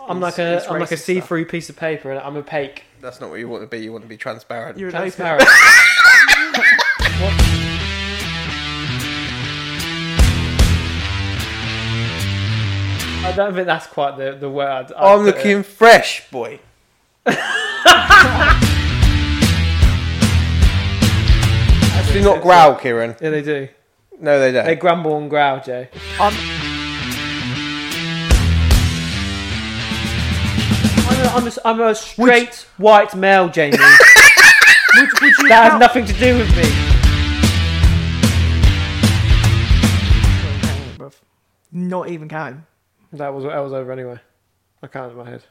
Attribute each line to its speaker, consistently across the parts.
Speaker 1: I'm like a
Speaker 2: it's
Speaker 1: am like a
Speaker 2: racist
Speaker 1: see through piece of paper, and I'm opaque.
Speaker 2: That's not what you want to be. You want to be transparent.
Speaker 3: You're an open.
Speaker 1: Transparent. I don't think that's quite the, the word. I'd
Speaker 2: I'm
Speaker 1: put it.
Speaker 2: looking fresh, boy. Do not growl, Kieran.
Speaker 1: Yeah, they do.
Speaker 2: No, they don't.
Speaker 1: They grumble and growl, Joe.
Speaker 3: I'm,
Speaker 1: I'm a, I'm a, I'm a straight white male,
Speaker 3: would,
Speaker 1: Jamie.
Speaker 3: would you
Speaker 1: that
Speaker 3: count-
Speaker 1: has nothing to do with me.
Speaker 3: Hang on, bruv. Not even counting.
Speaker 1: That was what I was over anyway. I can't in my head.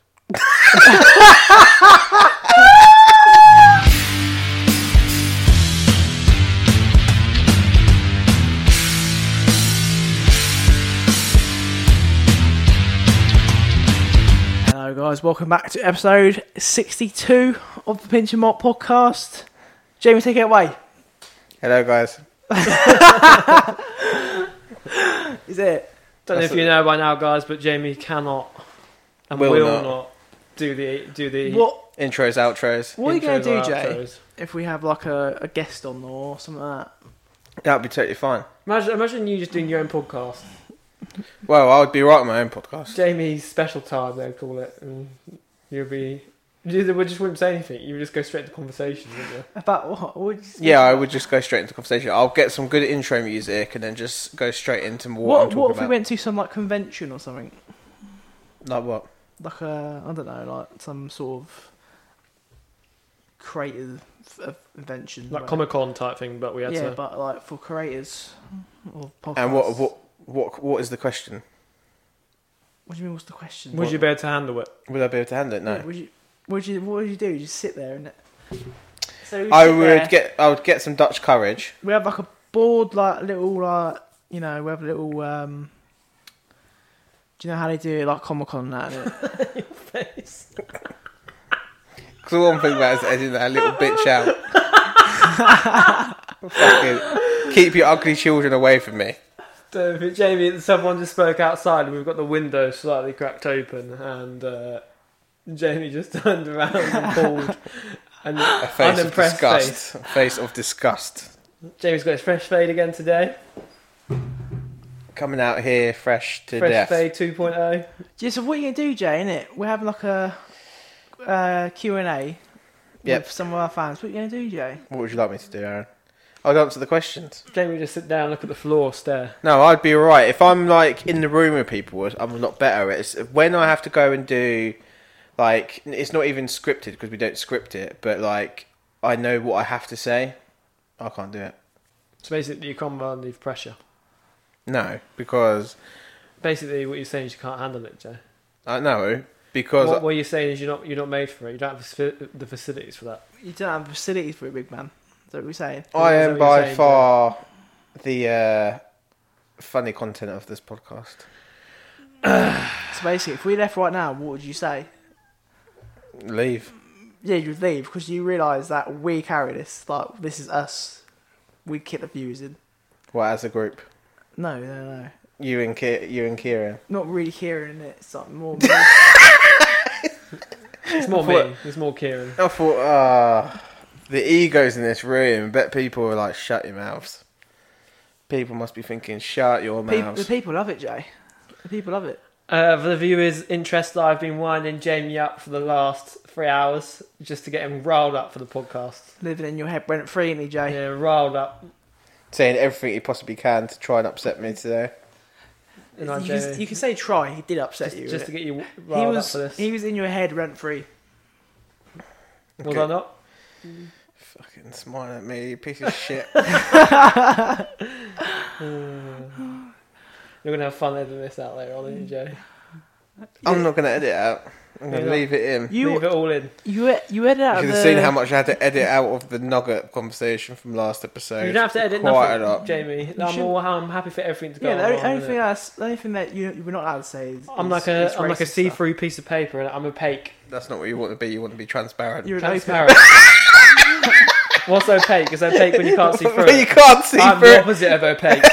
Speaker 3: Hello, guys. Welcome back to episode 62 of the Pinch and Mop podcast. Jamie, take it away.
Speaker 2: Hello, guys.
Speaker 3: Is it?
Speaker 1: Don't
Speaker 2: That's
Speaker 1: know if you know by now, guys, but Jamie cannot and
Speaker 2: Will
Speaker 1: will,
Speaker 2: not.
Speaker 1: not. do the do the.
Speaker 3: What
Speaker 2: Intros, outros.
Speaker 3: What are you going
Speaker 1: intros
Speaker 3: to do,
Speaker 1: or
Speaker 3: Jay,
Speaker 1: outros.
Speaker 3: if we have like a, a guest on or something like that?
Speaker 2: That'd be totally fine.
Speaker 1: Imagine, imagine you just doing your own podcast.
Speaker 2: Well, I would be right on my own podcast.
Speaker 1: Jamie's special time, they'd call it, and you'll be. You we just wouldn't say anything. You would just go straight to conversation, wouldn't you?
Speaker 3: About what? what would you
Speaker 2: Yeah, I would just go straight into conversation. I'll get some good intro music and then just go straight into what, I'm
Speaker 3: What,
Speaker 2: talking
Speaker 3: what if
Speaker 2: about.
Speaker 3: we went to some like convention or something?
Speaker 2: Like what?
Speaker 3: Like a, I don't know, like some sort of creator f- of invention.
Speaker 1: Like
Speaker 3: where-
Speaker 1: Comic Con type thing, but we had
Speaker 3: Yeah,
Speaker 1: to.
Speaker 3: but like for creators or podcasts.
Speaker 2: And what, what, what, what is the question?
Speaker 3: What do you mean? What's the question?
Speaker 1: would you be able to handle it?
Speaker 2: Would I be able to handle it? No.
Speaker 3: Yeah, Would you? Would you? What would you do? You just sit there and. So we
Speaker 2: I
Speaker 3: sit
Speaker 2: would
Speaker 3: there,
Speaker 2: get. I would get some Dutch courage.
Speaker 3: We have like a board, like little, like you know, we have a little. um Do you know how they do it, like Comic Con and that?
Speaker 2: Because the one thing about is editing that little bitch out. Fucking keep your ugly children away from me.
Speaker 1: So if it- Jamie, someone just spoke outside, and we've got the window slightly cracked open, and uh, Jamie just turned around and called. And
Speaker 2: A face of
Speaker 1: Unimpressed
Speaker 2: disgust. A face of disgust.
Speaker 1: Jamie's got his fresh fade again today.
Speaker 2: Coming out here fresh to
Speaker 1: fresh
Speaker 2: death.
Speaker 1: fade oh. 2.0.
Speaker 3: Yeah, so what are you gonna do, Jay? Innit? We're having like a uh, Q and A
Speaker 2: Yep.
Speaker 3: with some of our fans. What are you gonna do, Jay?
Speaker 2: What would you like me to do, Aaron? I'd answer the questions.
Speaker 1: Jamie just sit down, look at the floor, stare.
Speaker 2: No, I'd be alright. If I'm like in the room with people, I'm a lot better. It's when I have to go and do, like, it's not even scripted because we don't script it, but like, I know what I have to say. I can't do it.
Speaker 1: So basically, you can't relieve pressure.
Speaker 2: No, because
Speaker 1: Basically, what you're saying is you can't handle it, Joe.
Speaker 2: I know because
Speaker 1: What, what you're saying is you're not you're not made for it. You don't have the faci- the facilities for that.
Speaker 3: You don't have facilities for a big man. Is that what we're saying?
Speaker 2: I
Speaker 1: Is that
Speaker 2: am
Speaker 1: what you're
Speaker 2: by
Speaker 1: saying,
Speaker 2: far the uh, funny content of this podcast.
Speaker 3: So basically, if we left right now, what would you say?
Speaker 2: Leave.
Speaker 3: Yeah, you'd leave because you realise that we carry this. Like this is us. We keep the views in.
Speaker 2: Well, as a group,
Speaker 3: No, no, no.
Speaker 2: you and Ki- you and Kieran.
Speaker 3: Not really hearing it. It's like more.
Speaker 1: It's more
Speaker 2: What?
Speaker 1: me. It's more Kieran.
Speaker 2: I thought, ah, the egos in this room. Bet people are like, shut your mouths. People must be thinking, shut your
Speaker 3: people, the
Speaker 2: mouths.
Speaker 3: people love it, Jay. The people love it.
Speaker 1: Uh, for the viewers' interest, I've been winding Jamie up for the last three hours just to get him riled up for the podcast.
Speaker 3: Living in your head rent free, me, Jay.
Speaker 1: Yeah, riled up.
Speaker 2: Saying everything he possibly can to try and upset me today.
Speaker 1: You know,
Speaker 3: You,
Speaker 1: Jamie,
Speaker 3: can, you can say try. He did upset
Speaker 1: just,
Speaker 3: you.
Speaker 1: just to
Speaker 3: innit?
Speaker 1: get you
Speaker 3: he
Speaker 1: riled up
Speaker 3: was
Speaker 1: for this.
Speaker 3: he was in your head rent free.
Speaker 1: Was I not?
Speaker 2: Fucking smile at me, you piece of shit.
Speaker 1: Uh, You're gonna have fun editing this out later on, aren't you, Joe?
Speaker 2: I'm not gonna edit it out. I'm gonna
Speaker 1: You're not.
Speaker 2: leave it in.
Speaker 3: You
Speaker 1: Leave it all in.
Speaker 3: You you edited
Speaker 2: You
Speaker 3: out
Speaker 2: should
Speaker 3: the.
Speaker 2: have seen how much I had to edit out of the nugget conversation from last episode.
Speaker 1: You don't have to edit
Speaker 2: Quite
Speaker 1: nothing,
Speaker 2: a lot.
Speaker 1: Jamie. I'm,
Speaker 3: shouldn't-
Speaker 1: all, I'm happy for everything to go.
Speaker 3: yeah, the only,
Speaker 1: on,
Speaker 3: only
Speaker 1: innit?
Speaker 3: thing that's the only thing that you, you were not allowed to say is.
Speaker 1: I'm
Speaker 3: is-
Speaker 1: like
Speaker 3: is
Speaker 1: a I'm like a
Speaker 3: racist stuff.
Speaker 1: see-through piece of paper, and I'm opaque.
Speaker 2: That's not what you want to be. You want to be transparent.
Speaker 3: You're an open.
Speaker 1: Transparent. What's opaque? It's opaque when you can't see through.
Speaker 2: but you
Speaker 1: It.
Speaker 2: can't see
Speaker 1: I'm
Speaker 2: through.
Speaker 1: the
Speaker 2: it.
Speaker 1: opposite of opaque.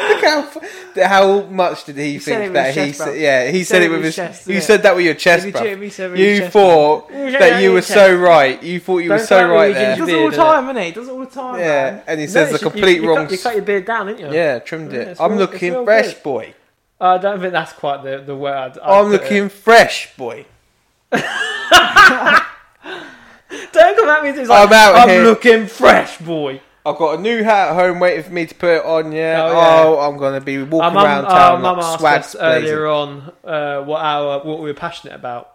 Speaker 2: Look how, f- How much did he,
Speaker 3: said it
Speaker 2: think
Speaker 3: with
Speaker 2: that
Speaker 3: his
Speaker 2: he?
Speaker 3: chest,
Speaker 2: said,
Speaker 3: bruv.
Speaker 2: yeah, he, said, it with his.
Speaker 3: chest,
Speaker 2: you
Speaker 3: innit?
Speaker 2: said that with your chest,
Speaker 1: If you
Speaker 2: bruv.
Speaker 1: cheat me, so
Speaker 2: You
Speaker 1: chest-
Speaker 2: thought
Speaker 1: You said
Speaker 2: that
Speaker 1: it
Speaker 2: you
Speaker 1: with
Speaker 2: were
Speaker 1: your
Speaker 2: so
Speaker 1: chest.
Speaker 2: right. You thought you were
Speaker 1: Don't
Speaker 2: so
Speaker 1: tell me you
Speaker 2: right
Speaker 3: He
Speaker 1: didn't
Speaker 2: there.
Speaker 3: does it
Speaker 1: beard,
Speaker 3: all the
Speaker 1: innit?
Speaker 3: time, innit? He does it all the time.
Speaker 2: Yeah,
Speaker 3: man.
Speaker 2: and he
Speaker 1: No,
Speaker 2: says the
Speaker 1: it's- you-
Speaker 2: complete
Speaker 1: you
Speaker 2: wrong.
Speaker 1: Cut, you cut your beard down, didn't you?
Speaker 2: Yeah, trimmed
Speaker 1: Yeah,
Speaker 2: it.
Speaker 1: it's
Speaker 2: I'm
Speaker 1: real- it's
Speaker 2: looking
Speaker 1: real
Speaker 2: fresh,
Speaker 1: good.
Speaker 2: boy.
Speaker 1: I don't think that's quite the the word. I'd- I'd
Speaker 2: I'm
Speaker 1: put
Speaker 2: looking fresh, boy.
Speaker 1: it. Don't come at me. It's like,
Speaker 2: I'm out
Speaker 1: I'm
Speaker 2: here."
Speaker 1: looking fresh, boy.
Speaker 2: I've got a new hat at home waiting for me to put it on. Yeah.
Speaker 1: Oh,
Speaker 2: Oh,
Speaker 1: yeah.
Speaker 2: I'm gonna be walking
Speaker 1: Our mum,
Speaker 2: around
Speaker 1: our
Speaker 2: town
Speaker 1: mum
Speaker 2: like
Speaker 1: asked
Speaker 2: swag
Speaker 1: us
Speaker 2: blazing.
Speaker 1: earlier on uh, what our what we were passionate about,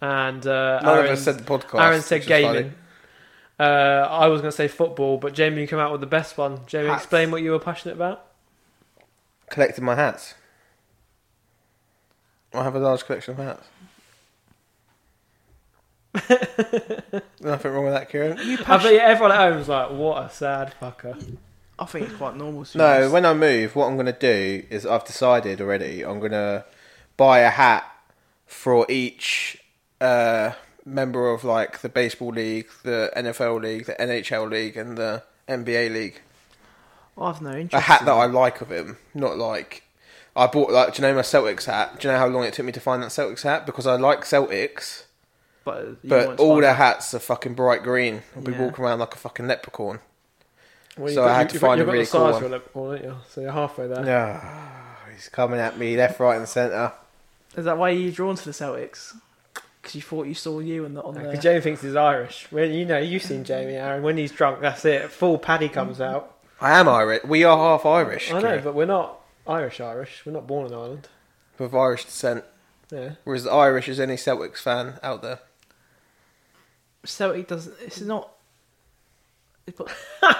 Speaker 1: and uh,
Speaker 2: None of
Speaker 1: Aaron-
Speaker 2: us said the podcast.
Speaker 1: Aaron said
Speaker 2: which is funny.
Speaker 1: gaming. Uh, I was going to say football, but Jamie came out with the best one. Jamie,
Speaker 3: Hats.
Speaker 1: explain what you were passionate about.
Speaker 2: Collecting my hats. I have a large collection of hats. Nothing wrong with that, Kieran.
Speaker 3: You
Speaker 1: I
Speaker 3: passion-
Speaker 1: bet everyone at home's like, "What a sad fucker."
Speaker 3: I think it's quite normal. to be
Speaker 2: No,
Speaker 3: honest.
Speaker 2: when I move, what I'm going to do is I've decided already. I'm going to buy a hat for each uh, member of like the baseball league, the NFL league, the NHL league, and the NBA league.
Speaker 3: I've no interest.
Speaker 2: A hat
Speaker 3: in
Speaker 2: that I like of him, not like I bought like. Do you know my Celtics hat? Do you know how long it took me to find that Celtics hat? Because I like Celtics,
Speaker 3: but you
Speaker 2: but
Speaker 3: won't
Speaker 2: all
Speaker 3: find
Speaker 2: their
Speaker 3: out.
Speaker 2: hats are fucking bright green. I'll be
Speaker 3: Yeah.
Speaker 2: walking around like a fucking leprechaun.
Speaker 1: Well,
Speaker 2: So I had to
Speaker 1: you've
Speaker 2: find
Speaker 1: you've
Speaker 2: a
Speaker 1: got
Speaker 2: really
Speaker 1: the
Speaker 2: cool
Speaker 1: size
Speaker 2: one.
Speaker 1: for a Liverpool, haven't you? So you're halfway there.
Speaker 2: Yeah, he's coming at me left, right, and centre.
Speaker 3: Is that why you're drawn to the Celtics? Because you thought you saw you in the, on
Speaker 1: Because
Speaker 3: the.
Speaker 1: Jamie thinks he's Irish. Well, you know, you've seen Jamie Aaron. When he's drunk, that's it. Full paddy comes out.
Speaker 2: I am Irish. We are half Irish.
Speaker 1: I know,
Speaker 2: Kieran.
Speaker 1: but we're not Irish. Irish. We're not born in Ireland.
Speaker 2: We're of Irish descent.
Speaker 1: Yeah.
Speaker 2: We're as Irish as any Celtics fan out there.
Speaker 3: Celtic doesn't. It's not. It's not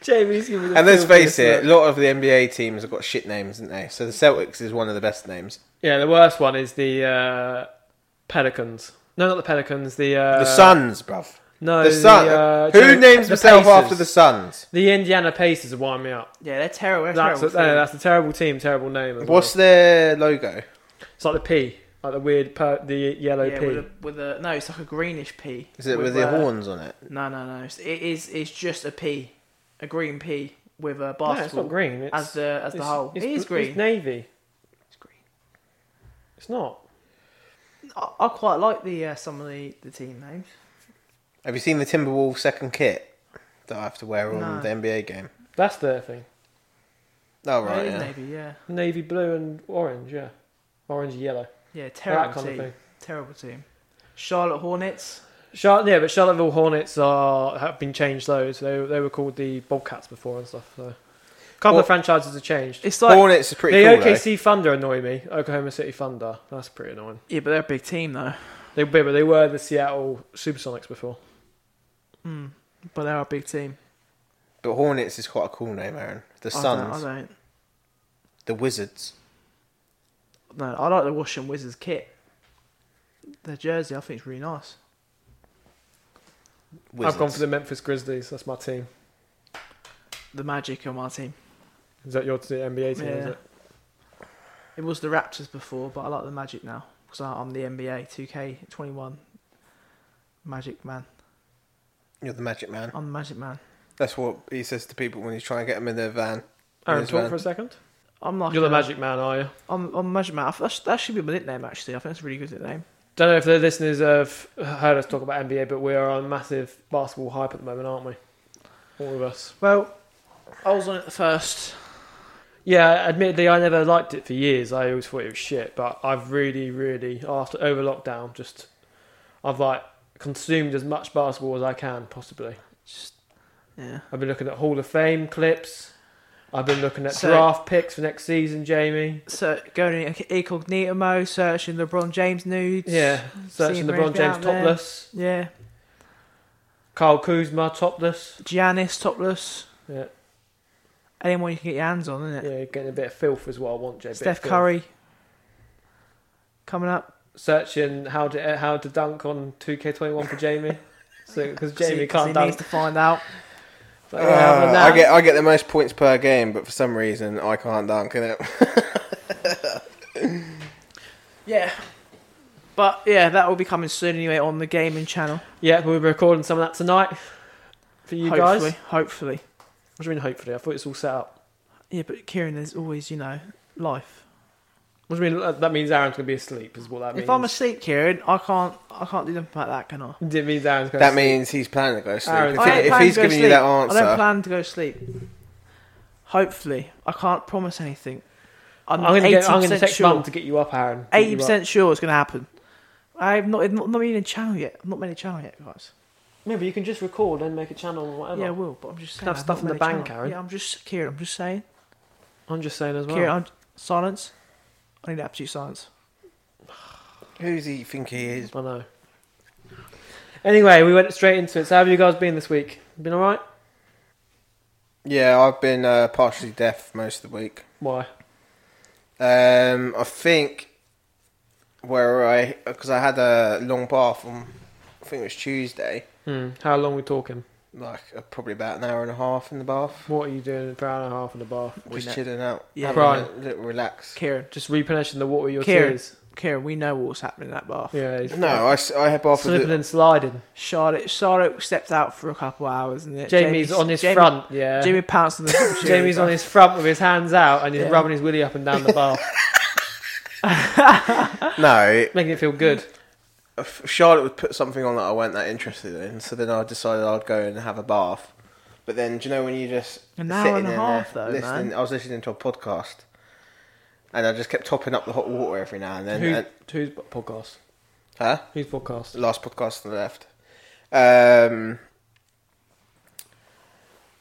Speaker 1: Jamie's giving. the
Speaker 2: And let's
Speaker 1: full piss
Speaker 2: face it, a
Speaker 1: look.
Speaker 2: lot of the NBA teams have got shit names, haven't they? So the Celtics is one of the best names.
Speaker 1: Yeah, the worst one is the uh, Pelicans. No, not the Pelicans. The uh,
Speaker 2: the Suns, bruv.
Speaker 1: No,
Speaker 2: The Sun.
Speaker 1: uh,
Speaker 2: Who
Speaker 1: Joe-
Speaker 2: names
Speaker 1: the
Speaker 2: himself
Speaker 1: Pacers.
Speaker 2: after the Suns?
Speaker 1: The Indiana Pacers are winding me up.
Speaker 3: yeah, they're terrible. They're
Speaker 1: That's a,
Speaker 3: terrible
Speaker 1: no,
Speaker 3: team.
Speaker 1: that's a terrible team, terrible name. as
Speaker 2: What's their logo?
Speaker 1: well. It's like the P, like the weird, per- the yellow
Speaker 3: yeah,
Speaker 1: P.
Speaker 3: with a, with a no, it's like a greenish pea.
Speaker 2: Is it with, the
Speaker 3: uh,
Speaker 2: horns on it?
Speaker 3: No, no, no. It's, it is. It's just a pea, a green pea with a
Speaker 1: no, it's
Speaker 3: basketball
Speaker 1: not green. It's,
Speaker 3: as the as the
Speaker 1: it's-
Speaker 3: whole.
Speaker 1: It's,
Speaker 3: it is
Speaker 1: bl-
Speaker 3: green.
Speaker 1: It's navy.
Speaker 3: It's green.
Speaker 1: It's not.
Speaker 3: I, I quite like the uh, some of the, the team names.
Speaker 2: Have you seen the Timberwolves second kit that I have to wear on
Speaker 3: No.
Speaker 2: the NBA game?
Speaker 1: That's their thing.
Speaker 2: Oh
Speaker 3: Oh,
Speaker 2: right,
Speaker 3: it is
Speaker 2: yeah.
Speaker 3: navy, yeah,
Speaker 1: Navy blue and orange. Yeah, orange and yellow.
Speaker 3: yeah.
Speaker 1: That
Speaker 3: Terrible
Speaker 1: kind of
Speaker 3: team.
Speaker 1: thing.
Speaker 3: Terrible team. Charlotte Hornets.
Speaker 1: Charlotte, yeah, but Charlottesville Hornets are have been changed. Those they they were called the Bobcats before and stuff. So, a couple
Speaker 2: Well-
Speaker 1: of franchises have changed.
Speaker 3: It's like
Speaker 2: Hornets are
Speaker 1: The
Speaker 2: pretty cool
Speaker 1: OKC Thunder annoy me. Oklahoma City Thunder. That's pretty annoying.
Speaker 3: yeah, but they're a big team though.
Speaker 1: They were, but they were the Seattle Supersonics before.
Speaker 3: Mm. But they're a big team.
Speaker 2: though. But Hornets is quite a cool name, Aaron. The
Speaker 3: I don't, I
Speaker 2: Suns,
Speaker 3: don't.
Speaker 2: the Wizards.
Speaker 3: No, I like the Washington Wizards kit. Their jersey, I think, is really nice.
Speaker 2: Wizards.
Speaker 1: I've gone for the Memphis Grizzlies. That's my team.
Speaker 3: The Magic on my team.
Speaker 1: Is that your t- NBA team? Is
Speaker 3: Yeah.
Speaker 1: it?
Speaker 3: It was the Raptors before, but I like the Magic now because I'm the NBA 2K21 Magic man.
Speaker 2: You're the Magic Man.
Speaker 3: I'm the Magic man.
Speaker 2: That's what he says to people when he's trying to get them in their van.
Speaker 1: Aaron,
Speaker 2: Yes,
Speaker 1: talk
Speaker 2: man.
Speaker 1: for a second.
Speaker 3: I'm like
Speaker 1: You're the
Speaker 3: a-
Speaker 1: Magic Man, are you?
Speaker 3: I'm, I'm Magic man. I- That should, that should be my nickname actually. I think that's a really good nickname.
Speaker 1: Don't know if the listeners have heard us talk about NBA, but we are on massive basketball hype at the moment, aren't we? All of us.
Speaker 3: Well, I was on it the first.
Speaker 1: Yeah, admittedly, I never liked it for years. I always thought it was shit. But I've really, really, after over lockdown, just I've like consumed as much basketball as I can possibly.
Speaker 3: Just yeah.
Speaker 1: I've been looking at Hall of Fame clips. I've been looking at
Speaker 3: So-
Speaker 1: draft picks for next season, Jamie.
Speaker 3: So going in incognito mode, searching LeBron James nudes.
Speaker 1: Yeah, searching
Speaker 3: Seeing
Speaker 1: LeBron
Speaker 3: Ruby
Speaker 1: James
Speaker 3: out there.
Speaker 1: topless,
Speaker 3: Yeah.
Speaker 1: Carl Kuzma topless.
Speaker 3: Giannis topless.
Speaker 1: Yeah,
Speaker 3: Anyone you can get your hands on, isn't it?
Speaker 1: yeah, getting a bit of filth is what I want, Jamie.
Speaker 3: Steph Curry coming up.
Speaker 1: Searching how to eh, how to dunk on 2K21 for Jamie. Because
Speaker 3: 'cause he-
Speaker 1: Jamie
Speaker 3: 'cause
Speaker 1: can't
Speaker 3: he needs
Speaker 1: dunk.
Speaker 3: to find out.
Speaker 1: But, yeah, other than
Speaker 2: Ah,
Speaker 1: that-
Speaker 2: I get I get the most points per game, but for some reason I can't dunk in it.
Speaker 3: Yeah. But yeah, that will be coming soon anyway on the gaming channel.
Speaker 1: Yeah, we'll be recording some of that tonight for you
Speaker 3: hopefully,
Speaker 1: guys.
Speaker 3: hopefully.
Speaker 1: What do you mean? Hopefully, I thought it's all set up.
Speaker 3: Yeah, but Kieran, there's always, you know, life.
Speaker 1: What do you mean? That that means Aaron's gonna be asleep. Is what that means.
Speaker 3: If I'm asleep, Kieran, I can't, I can't do nothing about that, can I?
Speaker 1: it means Aaron's gonna.
Speaker 2: That
Speaker 1: sleep.
Speaker 2: means he's planning to go to sleep.
Speaker 1: Aaron,
Speaker 2: If,
Speaker 1: I
Speaker 2: he-
Speaker 1: don't
Speaker 2: if
Speaker 3: plan
Speaker 2: he's
Speaker 3: to go
Speaker 2: giving you
Speaker 3: sleep.
Speaker 2: that
Speaker 3: I don't
Speaker 2: answer,
Speaker 3: plan to go to sleep. Hopefully, I can't promise anything. I'm,
Speaker 1: I'm gonna, get, I'm gonna
Speaker 3: 80%
Speaker 1: text
Speaker 3: sure.
Speaker 1: mum to get you up, Aaron. Get
Speaker 3: Eighty
Speaker 1: you up.
Speaker 3: percent sure it's going to happen. I've not, not not even a channel yet. I've not made a channel yet, guys.
Speaker 1: Yeah, but you can just record and make a channel or whatever.
Speaker 3: Yeah, I will. But I'm just saying.
Speaker 1: Have
Speaker 3: I've
Speaker 1: stuff
Speaker 3: not
Speaker 1: in the
Speaker 3: made a
Speaker 1: bank,
Speaker 3: channel.
Speaker 1: Aaron.
Speaker 3: Yeah, I'm just Kieran. I'm just saying.
Speaker 1: I'm just saying as well.
Speaker 3: Kieran, I'm, silence. I need absolute silence.
Speaker 2: who does he think he is?
Speaker 1: I know. Anyway, we went straight into it. So, how have you guys been this week? Been all right?
Speaker 2: Yeah, I've been uh, partially deaf most of the week.
Speaker 1: Why?
Speaker 2: Um, I think where I because I had a long bath on, I think it was Tuesday,
Speaker 1: Hmm. How long we talking?
Speaker 2: like uh, probably about an hour and a half in the bath,
Speaker 1: What are you doing for an hour and a half in the bath?
Speaker 2: just
Speaker 3: know-
Speaker 2: chilling out,
Speaker 3: Yeah.
Speaker 2: having a
Speaker 1: Crying.
Speaker 2: little relax.
Speaker 3: Kieran,
Speaker 1: Just replenishing the water with your
Speaker 3: Kieran.
Speaker 1: tears.
Speaker 3: Kieran, we know what's happening in that bath.
Speaker 1: Yeah. he's-
Speaker 2: No, I, s- I had bath with
Speaker 1: Slipping
Speaker 2: the,
Speaker 1: and sliding.
Speaker 3: Charlotte, Charlotte stepped out for a couple hours, and it?
Speaker 1: Jamie's on his
Speaker 3: Jamie-
Speaker 1: front. Yeah.
Speaker 3: Jamie pounced on the.
Speaker 1: Jamie's on his front with his hands out and he's
Speaker 3: Yeah.
Speaker 1: rubbing his willy up and down the bath,
Speaker 2: no.
Speaker 1: making it feel good.
Speaker 2: if Charlotte would put something on that I weren't that interested in, so then I decided I'd go and have a bath. But then, do you know when you just
Speaker 3: An hour
Speaker 2: sitting
Speaker 3: and a
Speaker 2: in
Speaker 3: half,
Speaker 2: there
Speaker 3: though,
Speaker 2: listening?
Speaker 3: man.
Speaker 2: I was listening to a podcast, and I just kept topping up the hot water every now and then.
Speaker 1: Who,
Speaker 2: and-
Speaker 1: whose podcast?
Speaker 2: huh?
Speaker 1: Whose podcast?
Speaker 2: the last podcast on the left. Um,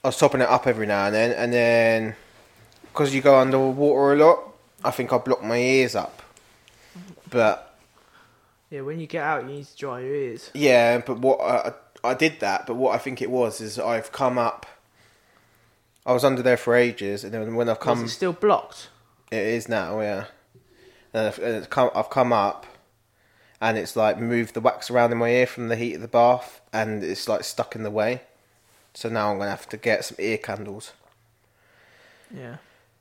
Speaker 2: I was topping it up every now and then, and then because you go underwater a lot, I think I blocked my ears up. But
Speaker 3: Yeah, when you get out, you need to dry your ears.
Speaker 2: yeah, but what I, I did that, but what I think it was is I've come up. I was under there for ages, and then when I've
Speaker 3: Come.
Speaker 2: come,
Speaker 3: still blocked?
Speaker 2: it is now, yeah. And I've, and it's come, I've come up, and it's like moved the wax around in my ear from the heat of the bath, and it's like stuck in the way. So now I'm gonna have to get some ear candles
Speaker 3: Yeah.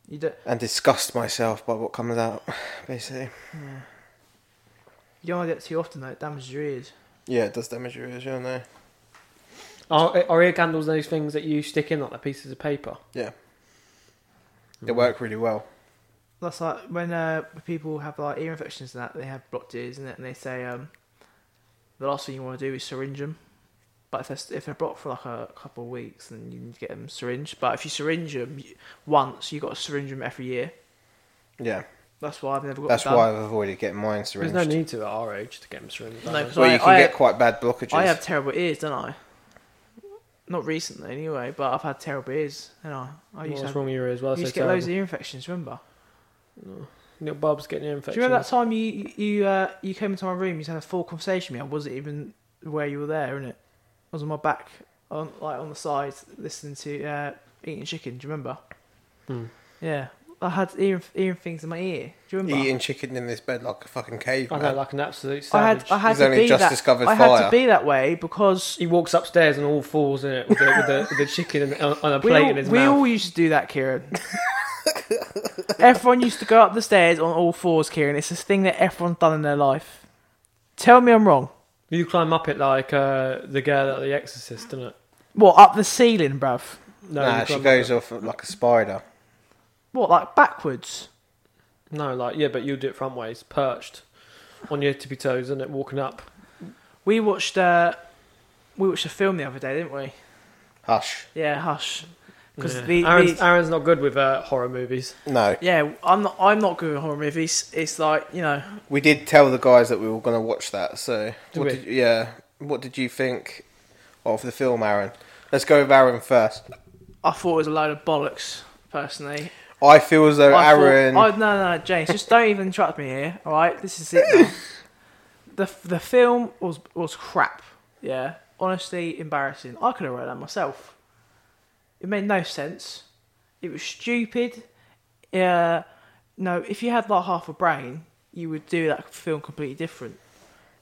Speaker 3: You don't.
Speaker 2: and disgust myself by what comes out, basically.
Speaker 3: You don't want to do it too often though. It damages your ears.
Speaker 2: Yeah, it does damage your ears, you know.
Speaker 1: Are, are eh, ear candles those things that you stick in like the pieces of paper? Mm.
Speaker 2: Yeah,
Speaker 3: Mm.
Speaker 2: they work really well.
Speaker 3: That's like when uh, people have like ear infections and that they have blocked ears and, it, and they say um, the last thing you want to do is syringe them. But if they're, if they're blocked for like a couple of weeks, then you need to get them syringed. But if you syringe them you, once, you got to syringe them every year.
Speaker 2: Yeah,
Speaker 3: That's why I've never got.
Speaker 2: that's
Speaker 3: it done.
Speaker 2: why I've avoided getting mine syringed.
Speaker 1: There's no need to at our age to get them syringed.
Speaker 3: No,
Speaker 1: No,
Speaker 3: 'cause
Speaker 2: Well,
Speaker 3: I-
Speaker 2: you can
Speaker 3: I-
Speaker 2: get quite bad blockages.
Speaker 3: I have terrible ears, don't I? Not recently, anyway. But I've had terrible ears, and I I used to,
Speaker 1: what's
Speaker 3: have,
Speaker 1: wrong with your ears? Well,
Speaker 3: used
Speaker 1: so
Speaker 3: to get loads
Speaker 1: terrible.
Speaker 3: of ear infections. Remember?
Speaker 1: Little Bob's getting ear
Speaker 3: Do
Speaker 1: infection.
Speaker 3: you remember that time you you uh, you came into my room? You had a full conversation with me. I wasn't even where you were there, innit? I was on my back, on like on the side, listening to uh, eating chicken. Do you remember?
Speaker 1: Hmm.
Speaker 3: Yeah, I had ear ear things in my ear. Do you remember?
Speaker 2: Eating chicken in this bed like a fucking
Speaker 1: I
Speaker 2: caveman.
Speaker 1: know, like an absolute
Speaker 3: I had
Speaker 1: savage.
Speaker 3: I had
Speaker 2: He's
Speaker 3: to
Speaker 2: only
Speaker 3: be
Speaker 2: just
Speaker 3: that.
Speaker 2: discovered
Speaker 3: I had
Speaker 2: fire.
Speaker 3: to be that way because
Speaker 1: he walks upstairs on all fours in it with the, with the, with the chicken and, on a
Speaker 3: we
Speaker 1: plate
Speaker 3: all,
Speaker 1: in his
Speaker 3: we
Speaker 1: mouth.
Speaker 3: all used to do that, Kieran. everyone used to go up the stairs on all fours, Kieran. It's this thing that everyone's done in their life. Tell me I'm wrong.
Speaker 1: You climb up it like uh, the girl at The Exorcist, didn't it?
Speaker 3: What up the ceiling, bruv?
Speaker 1: No,
Speaker 2: nah,
Speaker 1: you
Speaker 2: she
Speaker 1: climb up
Speaker 2: goes
Speaker 1: it-
Speaker 2: off like a spider.
Speaker 3: What like backwards?
Speaker 1: No, like yeah, but you do it front ways, perched on your tippy toes, and it walking up.
Speaker 3: We watched uh, we watched a film the other day, didn't we?
Speaker 2: Hush.
Speaker 3: Yeah, Hush. Because
Speaker 1: Yeah.
Speaker 3: the,
Speaker 1: Aaron's,
Speaker 3: the-
Speaker 1: Aaron's not good with uh, horror movies.
Speaker 2: No,
Speaker 3: yeah, I'm not I'm not good at horror movies. It's like you know,
Speaker 2: We did tell the guys that we were going to watch that. So,
Speaker 1: Did
Speaker 2: what
Speaker 1: we?
Speaker 2: did, yeah, what did you think of the film, Aaron? Let's go with Aaron first.
Speaker 3: I thought it was a load of bollocks. Personally,
Speaker 2: I feel as though
Speaker 3: I thought-
Speaker 2: Aaron.
Speaker 3: I, no, no, no, James, just don't even interrupt me here. All right, this is it. Now. the The film was was crap. Yeah, honestly, embarrassing. I could have wrote that myself. It made no sense. It was stupid. Uh, no, if you had like half a brain, you would do that film completely different.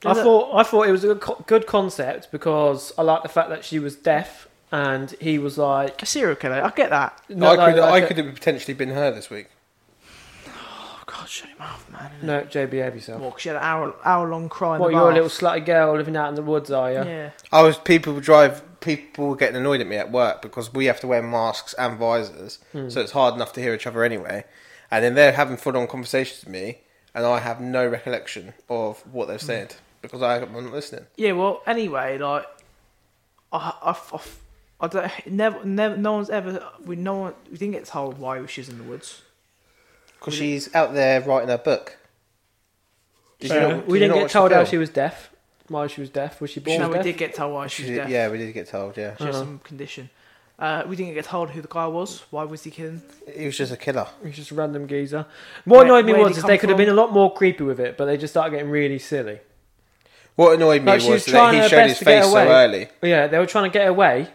Speaker 1: I thought I thought it was a good, co- good concept because I like the fact that she was deaf and he was like
Speaker 3: a serial killer. I get that.
Speaker 2: I could. I
Speaker 1: like-
Speaker 2: could have potentially been her this week.
Speaker 3: Oh God, shut him off, man.
Speaker 1: No, JB, behave yourself.
Speaker 3: Well, 'cause she had an hour hour long cry. In
Speaker 1: What,
Speaker 3: the
Speaker 1: you're a
Speaker 3: bath.
Speaker 1: little slutty girl living out in the woods, are you?
Speaker 3: yeah.
Speaker 2: I was people would drive people were getting annoyed at me at work because we have to wear masks and visors, so it's hard enough to hear each other anyway. And then they're having full on conversations with me, and I have no recollection of what they've said because I wasn't listening.
Speaker 3: Yeah, Well, anyway, like I, I, I, I don't never never no one's ever we no one we didn't get told why she was in the woods.
Speaker 2: Because she's out there writing her book. Did
Speaker 1: Uh,
Speaker 2: not- did
Speaker 1: we didn't
Speaker 2: not
Speaker 1: get
Speaker 2: watch the
Speaker 1: told how
Speaker 2: film?
Speaker 1: she was deaf. Why she was deaf? Was she born
Speaker 3: no, we
Speaker 1: deaf?
Speaker 3: did get told why she
Speaker 2: She
Speaker 3: was
Speaker 2: did-
Speaker 3: deaf.
Speaker 2: Yeah, we did get told. Yeah,
Speaker 3: she had
Speaker 1: Uh-huh.
Speaker 3: some condition. Uh, we didn't get told who the guy was. Why was he killing?
Speaker 2: he was just a killer.
Speaker 1: It's just a random geezer. What
Speaker 3: Where-
Speaker 1: annoyed me
Speaker 3: where'd
Speaker 1: was
Speaker 3: he
Speaker 1: is
Speaker 3: come
Speaker 1: they could have
Speaker 3: from?
Speaker 1: been a lot more creepy with it, but they just started getting really silly.
Speaker 2: What annoyed me
Speaker 1: Like, she
Speaker 2: was
Speaker 1: was
Speaker 2: that
Speaker 1: trying
Speaker 2: he
Speaker 1: her
Speaker 2: showed
Speaker 1: best
Speaker 2: his
Speaker 1: to get
Speaker 2: face so
Speaker 1: away.
Speaker 2: early.
Speaker 1: But yeah, they were trying to get away,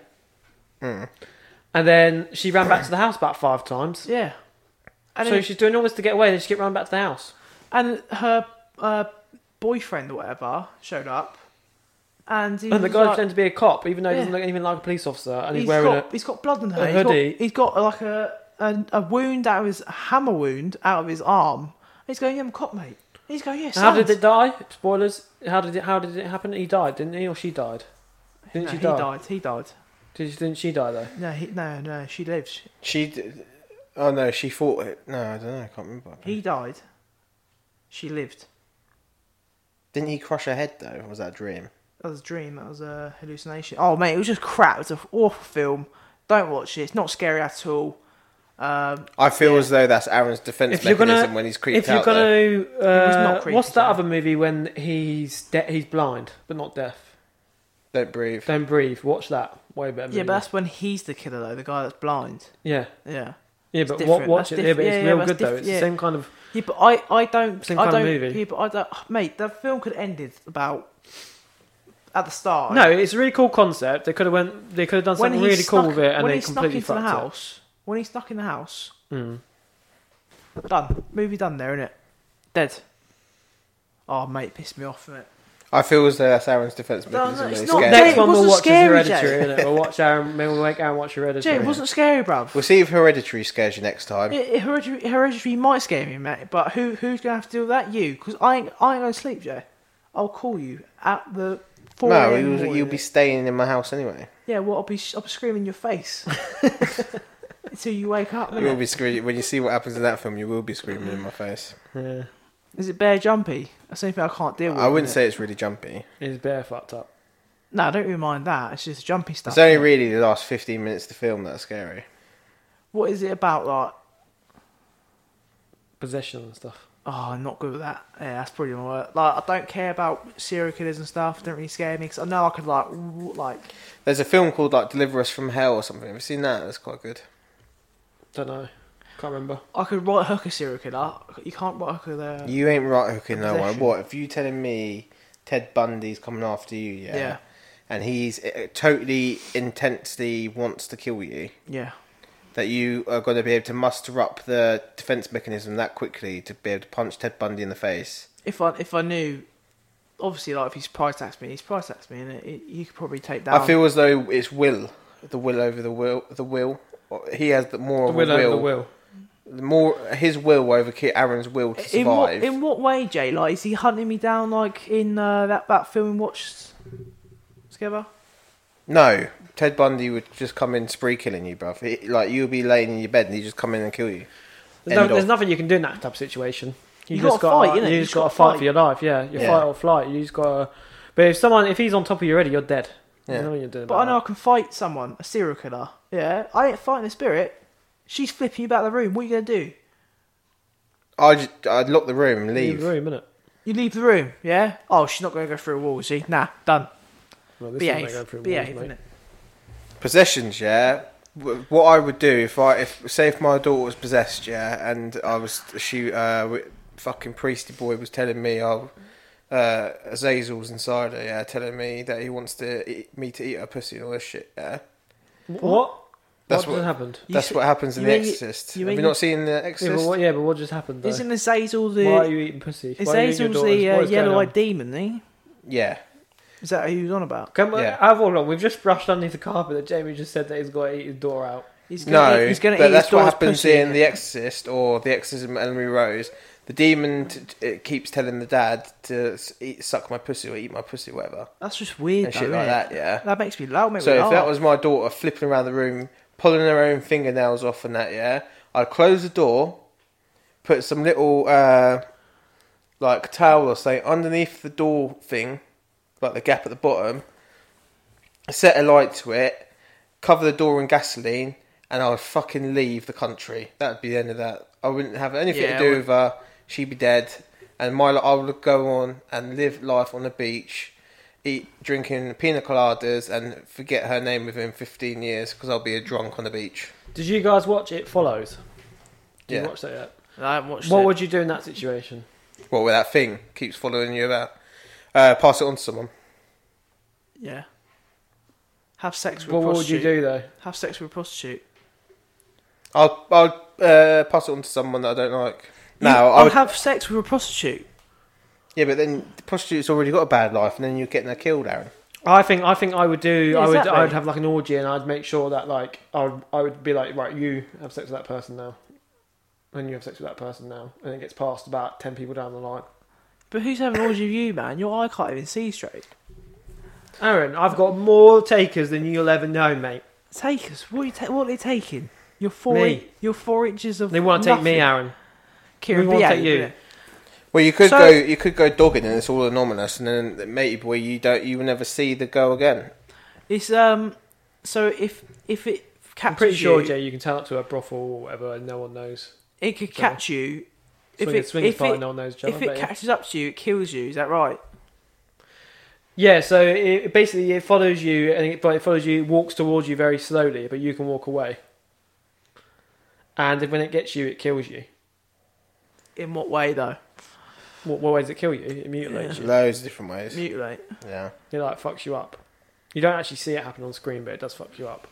Speaker 2: Hmm.
Speaker 1: and then she ran back to the house about five times.
Speaker 3: Yeah, and
Speaker 1: so
Speaker 3: then-
Speaker 1: she's doing all this to get away, then she kept running back to the house.
Speaker 3: and her uh, boyfriend or whatever showed up, and he
Speaker 1: And the
Speaker 3: was
Speaker 1: guy
Speaker 3: like-
Speaker 1: pretended to be a cop, even though he doesn't
Speaker 3: Mm, Yeah.
Speaker 1: look anything like a police officer, and he's,
Speaker 3: he's
Speaker 1: wearing
Speaker 3: got, he's got blood on her.
Speaker 1: a
Speaker 3: He's got-
Speaker 1: hoodie.
Speaker 3: he's got like a, a a wound out of his a hammer wound out of his arm. He's going, yeah, I'm a cop, mate. He's going, yeah,
Speaker 1: a. How
Speaker 3: sound."
Speaker 1: did it die? Spoilers. How did it? How did it happen? He died, didn't he, or she died? Didn't
Speaker 3: No,
Speaker 1: she
Speaker 3: he
Speaker 1: die?
Speaker 3: died. He died.
Speaker 1: Did she, didn't she die though?
Speaker 3: No, he, no, no. She lived.
Speaker 2: She, d- oh no, she fought it. No, I don't know. I can't remember.
Speaker 3: He died. She lived.
Speaker 2: Didn't he crush her head though? Or was that a dream?
Speaker 3: That was a dream. That was a hallucination. Oh mate, it was just crap. It's an awful film. Don't watch it. It's not scary at all. Um,
Speaker 2: I feel as though that's Aaron's defense
Speaker 1: If you're
Speaker 2: mechanism
Speaker 1: gonna-
Speaker 2: when he's creeped
Speaker 1: If you're
Speaker 2: out. though.
Speaker 1: gonna,
Speaker 3: was
Speaker 1: uh,
Speaker 3: not creepy,
Speaker 1: what's that
Speaker 3: though.
Speaker 1: other movie when he's de- he's blind but not deaf?
Speaker 2: Don't breathe.
Speaker 1: Don't breathe. Watch that. Way better. Movie.
Speaker 3: yeah, but that's when he's the killer though. The guy that's blind.
Speaker 1: yeah,
Speaker 3: Yeah.
Speaker 1: yeah, but wa-
Speaker 3: different.
Speaker 1: watch
Speaker 3: That's
Speaker 1: it. Yeah,
Speaker 3: diff-
Speaker 1: but it's
Speaker 3: yeah, yeah,
Speaker 1: real
Speaker 3: that's
Speaker 1: good though.
Speaker 3: diff-
Speaker 1: It's
Speaker 3: yeah.
Speaker 1: the same kind of.
Speaker 3: Yeah, but I, I don't.
Speaker 1: Same
Speaker 3: I
Speaker 1: kind of
Speaker 3: don't,
Speaker 1: movie.
Speaker 3: Yeah, but I don't. oh, Mate, the film could ended about at the start.
Speaker 1: No, it's a really cool concept. They could have went. They could have done something really cool with it, and
Speaker 3: when
Speaker 1: they
Speaker 3: he snuck
Speaker 1: completely
Speaker 3: into the
Speaker 1: fucked it.
Speaker 3: house, when he snuck in the house,
Speaker 1: Mm.
Speaker 3: done. Movie done there, innit? Dead. Oh, mate, pissed me off, mate.
Speaker 2: I feel as though that's Aaron's defense
Speaker 3: No, no,
Speaker 2: mechanism. when
Speaker 3: it's
Speaker 2: he's
Speaker 3: not.
Speaker 2: scared.
Speaker 3: Jay,
Speaker 1: Next
Speaker 3: it
Speaker 1: one we'll
Speaker 3: wasn't
Speaker 1: watch
Speaker 3: scary,
Speaker 1: is Hereditary,
Speaker 3: Jay.
Speaker 1: innit? We'll watch Aaron. Maybe we'll make Aaron watch
Speaker 3: Jay,
Speaker 1: Hereditary.
Speaker 3: it wasn't scary, bruv.
Speaker 2: We'll see if Hereditary scares you next time.
Speaker 3: It, it- hereditary, hereditary might scare me, mate, but who who's gonna have to deal with that? You, because I ain't I ain't gonna sleep, Jay. I'll call you at the four.
Speaker 2: no,
Speaker 3: a.m.
Speaker 2: you'll,
Speaker 3: warning.
Speaker 2: you'll be staying in my house anyway.
Speaker 3: Yeah, well, I'll be I'll be screaming in your face until you wake up.
Speaker 2: You will
Speaker 3: innit?
Speaker 2: be screaming when you see what happens in that film. You will be screaming in my face.
Speaker 1: Yeah,
Speaker 3: Is it bare jumpy? That's the only thing I can't deal with.
Speaker 2: I wouldn't
Speaker 3: innit?
Speaker 2: say it's really jumpy.
Speaker 1: he's bare fucked up.
Speaker 3: No, I don't really mind that. It's just jumpy stuff.
Speaker 2: It's only
Speaker 3: innit?
Speaker 2: really the last fifteen minutes of the film that's scary.
Speaker 3: what is it about? Like,
Speaker 1: Possession and stuff.
Speaker 3: oh, I'm not good with that. Yeah, that's probably my word. Like, I don't care about serial killers and stuff. Don't really scare me because I know I could like w- like.
Speaker 2: There's a film called like Deliver Us from Hell or something. Have you seen that? That's quite good.
Speaker 1: Don't know. Can't remember.
Speaker 3: I could right hook a serial killer. You can't right hook a.
Speaker 2: You ain't right hooking no one.
Speaker 3: Possession.
Speaker 2: What if you telling me Ted Bundy's coming after you? Yeah.
Speaker 3: Yeah.
Speaker 2: And he's uh, totally intensely wants to kill you.
Speaker 3: Yeah.
Speaker 2: that you are going to be able to muster up the defense mechanism that quickly to be able to punch Ted Bundy in the face.
Speaker 3: If I if I knew, obviously, like if he's price tax me, he's price tax me, and it, it, you could probably take down.
Speaker 2: I feel as though it's will, the will over the will, the will. Or He has the more
Speaker 1: The
Speaker 2: of
Speaker 1: will
Speaker 2: a
Speaker 1: over
Speaker 2: will,
Speaker 1: the will.
Speaker 2: The more his will over Ki- Aaron's will to
Speaker 3: in what
Speaker 2: survive.
Speaker 3: in what way, Jay? Like, is he hunting me down like in uh, that that film we watched together?
Speaker 2: No, Ted Bundy would just come in spree killing you, bruv. He- like you'll be laying in your bed and he just come in and kill you.
Speaker 1: There's, no,
Speaker 2: End
Speaker 1: there's
Speaker 2: of.
Speaker 1: nothing you can do in that type of situation. You,
Speaker 3: You
Speaker 1: just
Speaker 3: gotta
Speaker 1: got
Speaker 3: fight, innit?
Speaker 1: You
Speaker 3: You
Speaker 1: just
Speaker 3: just
Speaker 1: got to
Speaker 3: gotta
Speaker 1: fight
Speaker 3: fight.
Speaker 1: for your life. Yeah, you
Speaker 2: Yeah.
Speaker 1: fight or flight. You just got. to... But if someone, if he's on top of you already, you're dead.
Speaker 2: Yeah.
Speaker 1: You know what you're doing.
Speaker 3: But I know I can fight someone, a serial killer. Yeah, I ain't fighting a spirit. She's flipping you about the room. What are you gonna do?
Speaker 2: I just, I'd lock the room and
Speaker 1: Leave
Speaker 2: leave.
Speaker 1: the room, innit?
Speaker 3: You leave the room, yeah? Oh, she's not gonna go through a wall, is she? Nah, done.
Speaker 1: Well, this isn't going
Speaker 3: Behave,
Speaker 1: through
Speaker 3: behave,
Speaker 1: walls, mate.
Speaker 3: innit?
Speaker 2: Possessions, yeah. W- What I would do if I, if say, if my daughter was possessed, yeah, and I was she, uh, w- fucking priesty boy was telling me, oh, uh, Azazel's inside her, yeah, telling me that he wants to eat, me to eat her pussy and all this shit, yeah.
Speaker 1: What?
Speaker 2: That's
Speaker 1: what,
Speaker 2: what-
Speaker 1: just happened?
Speaker 3: You
Speaker 2: That's
Speaker 3: s-
Speaker 2: what happens in
Speaker 3: you
Speaker 2: The
Speaker 3: mean you-
Speaker 2: Exorcist.
Speaker 3: you
Speaker 2: Have
Speaker 3: mean
Speaker 2: you
Speaker 3: you-
Speaker 2: not seen The
Speaker 1: Yeah but,
Speaker 2: Exorcist?
Speaker 1: what, yeah, but what just happened though?
Speaker 3: Isn't Azazel
Speaker 1: Why are
Speaker 3: the
Speaker 1: you eating pussy? Why are you eating
Speaker 3: Azazel's
Speaker 1: your daughters?
Speaker 3: the uh,
Speaker 1: What is going on?
Speaker 3: yellow-eyed demon? Is he?
Speaker 2: yeah,
Speaker 3: Is that who he was on about?
Speaker 1: Can we,
Speaker 2: Yeah.
Speaker 1: I've all on. We've just brushed underneath the carpet that Jamie just said that he's got to eat his door out.
Speaker 3: He's gonna,
Speaker 2: No,
Speaker 3: he's gonna
Speaker 2: but
Speaker 3: eat
Speaker 2: that's
Speaker 3: his
Speaker 2: what
Speaker 3: dog's
Speaker 2: happens
Speaker 3: pussy.
Speaker 2: in The Exorcist or The Exorcism of Emily Rose. The demon t- t- it keeps telling the dad to s- eat, suck my pussy or eat my pussy, whatever,
Speaker 3: That's just weird,
Speaker 2: and
Speaker 3: though,
Speaker 2: shit
Speaker 3: innit?
Speaker 2: like that. Yeah.
Speaker 3: That makes me loud. Make
Speaker 2: So
Speaker 3: me
Speaker 2: if
Speaker 3: laugh.
Speaker 2: that was my daughter flipping around the room, pulling her own fingernails off and that, yeah, I'd close the door, put some little uh, like towel or something underneath the door thing, like the gap at the bottom, set a light to it, cover the door in gasoline, and I would fucking leave the country. That'd be the end of that. I wouldn't have anything
Speaker 3: Yeah, I
Speaker 2: to do
Speaker 3: would-
Speaker 2: with her. She'd be dead, and my li- I would go on and live life on the beach, eat drinking pina coladas, and forget her name within fifteen years because I'll be a drunk on the beach.
Speaker 1: Did you guys watch It Follows? Did
Speaker 2: Yeah.
Speaker 1: you watch that yet?
Speaker 3: I haven't watched
Speaker 1: What
Speaker 3: it.
Speaker 1: would you do in that situation?
Speaker 2: What with that thing keeps following you about? Uh, pass it on to someone.
Speaker 3: Yeah. Have sex with
Speaker 1: What,
Speaker 3: a
Speaker 1: what would
Speaker 3: prostitute.
Speaker 1: you do though?
Speaker 3: Have sex with a prostitute.
Speaker 2: I'll I'll uh, pass it on to someone that I don't like. No,
Speaker 3: You-
Speaker 2: I
Speaker 3: I'd
Speaker 2: would.
Speaker 3: have sex with a prostitute.
Speaker 2: Yeah, but then the prostitute's already got a bad life, and then you're getting her killed, Aaron.
Speaker 1: I think I think I would do.
Speaker 3: Yeah,
Speaker 1: I would
Speaker 3: exactly.
Speaker 1: I would have like an orgy and I'd make sure that like I would I would be like right you have sex with that person now, and you have sex with that person now, and it gets passed about ten people down the line.
Speaker 3: But who's having an orgy with you, man? Your eye can't even see straight.
Speaker 1: Aaron, I've got more takers than you'll ever know, mate.
Speaker 3: Take us. What are, you ta- what are they taking? You're four.
Speaker 1: Me.
Speaker 3: in- you're four inches of.
Speaker 1: They want to take me,
Speaker 3: nothing.
Speaker 1: Aaron.
Speaker 3: Kieran,
Speaker 1: We won't
Speaker 3: be
Speaker 1: take
Speaker 3: out,
Speaker 1: you.
Speaker 3: innit?
Speaker 2: Well, you could
Speaker 3: So-
Speaker 2: go, you could go dogging, and it's all anonymous, and then maybe boy, you don't, you will never see the girl again.
Speaker 3: It's um. So if if it
Speaker 1: I'm
Speaker 3: catches
Speaker 1: pretty sure,
Speaker 3: you,
Speaker 1: Jay, you can turn up to a brothel or whatever, and no one knows.
Speaker 3: it could
Speaker 1: So-
Speaker 3: catch you. If
Speaker 1: Swing,
Speaker 3: it
Speaker 1: swing
Speaker 3: if
Speaker 1: fine,
Speaker 3: it,
Speaker 1: no one knows. Jay, I
Speaker 3: if it
Speaker 1: bet you.
Speaker 3: catches up to you, it kills you. Is that right?
Speaker 1: Yeah, so it it basically it follows you and it, but it follows you, it walks towards you very slowly, but you can walk away. And if- when it gets you, it kills you.
Speaker 3: In what way though?
Speaker 1: What, what way does it kill you? It mutilates you.
Speaker 2: Loads of different ways.
Speaker 3: Mutilate.
Speaker 2: Yeah.
Speaker 1: It like fucks you up. You don't actually see it happen on screen, but it does fuck you up.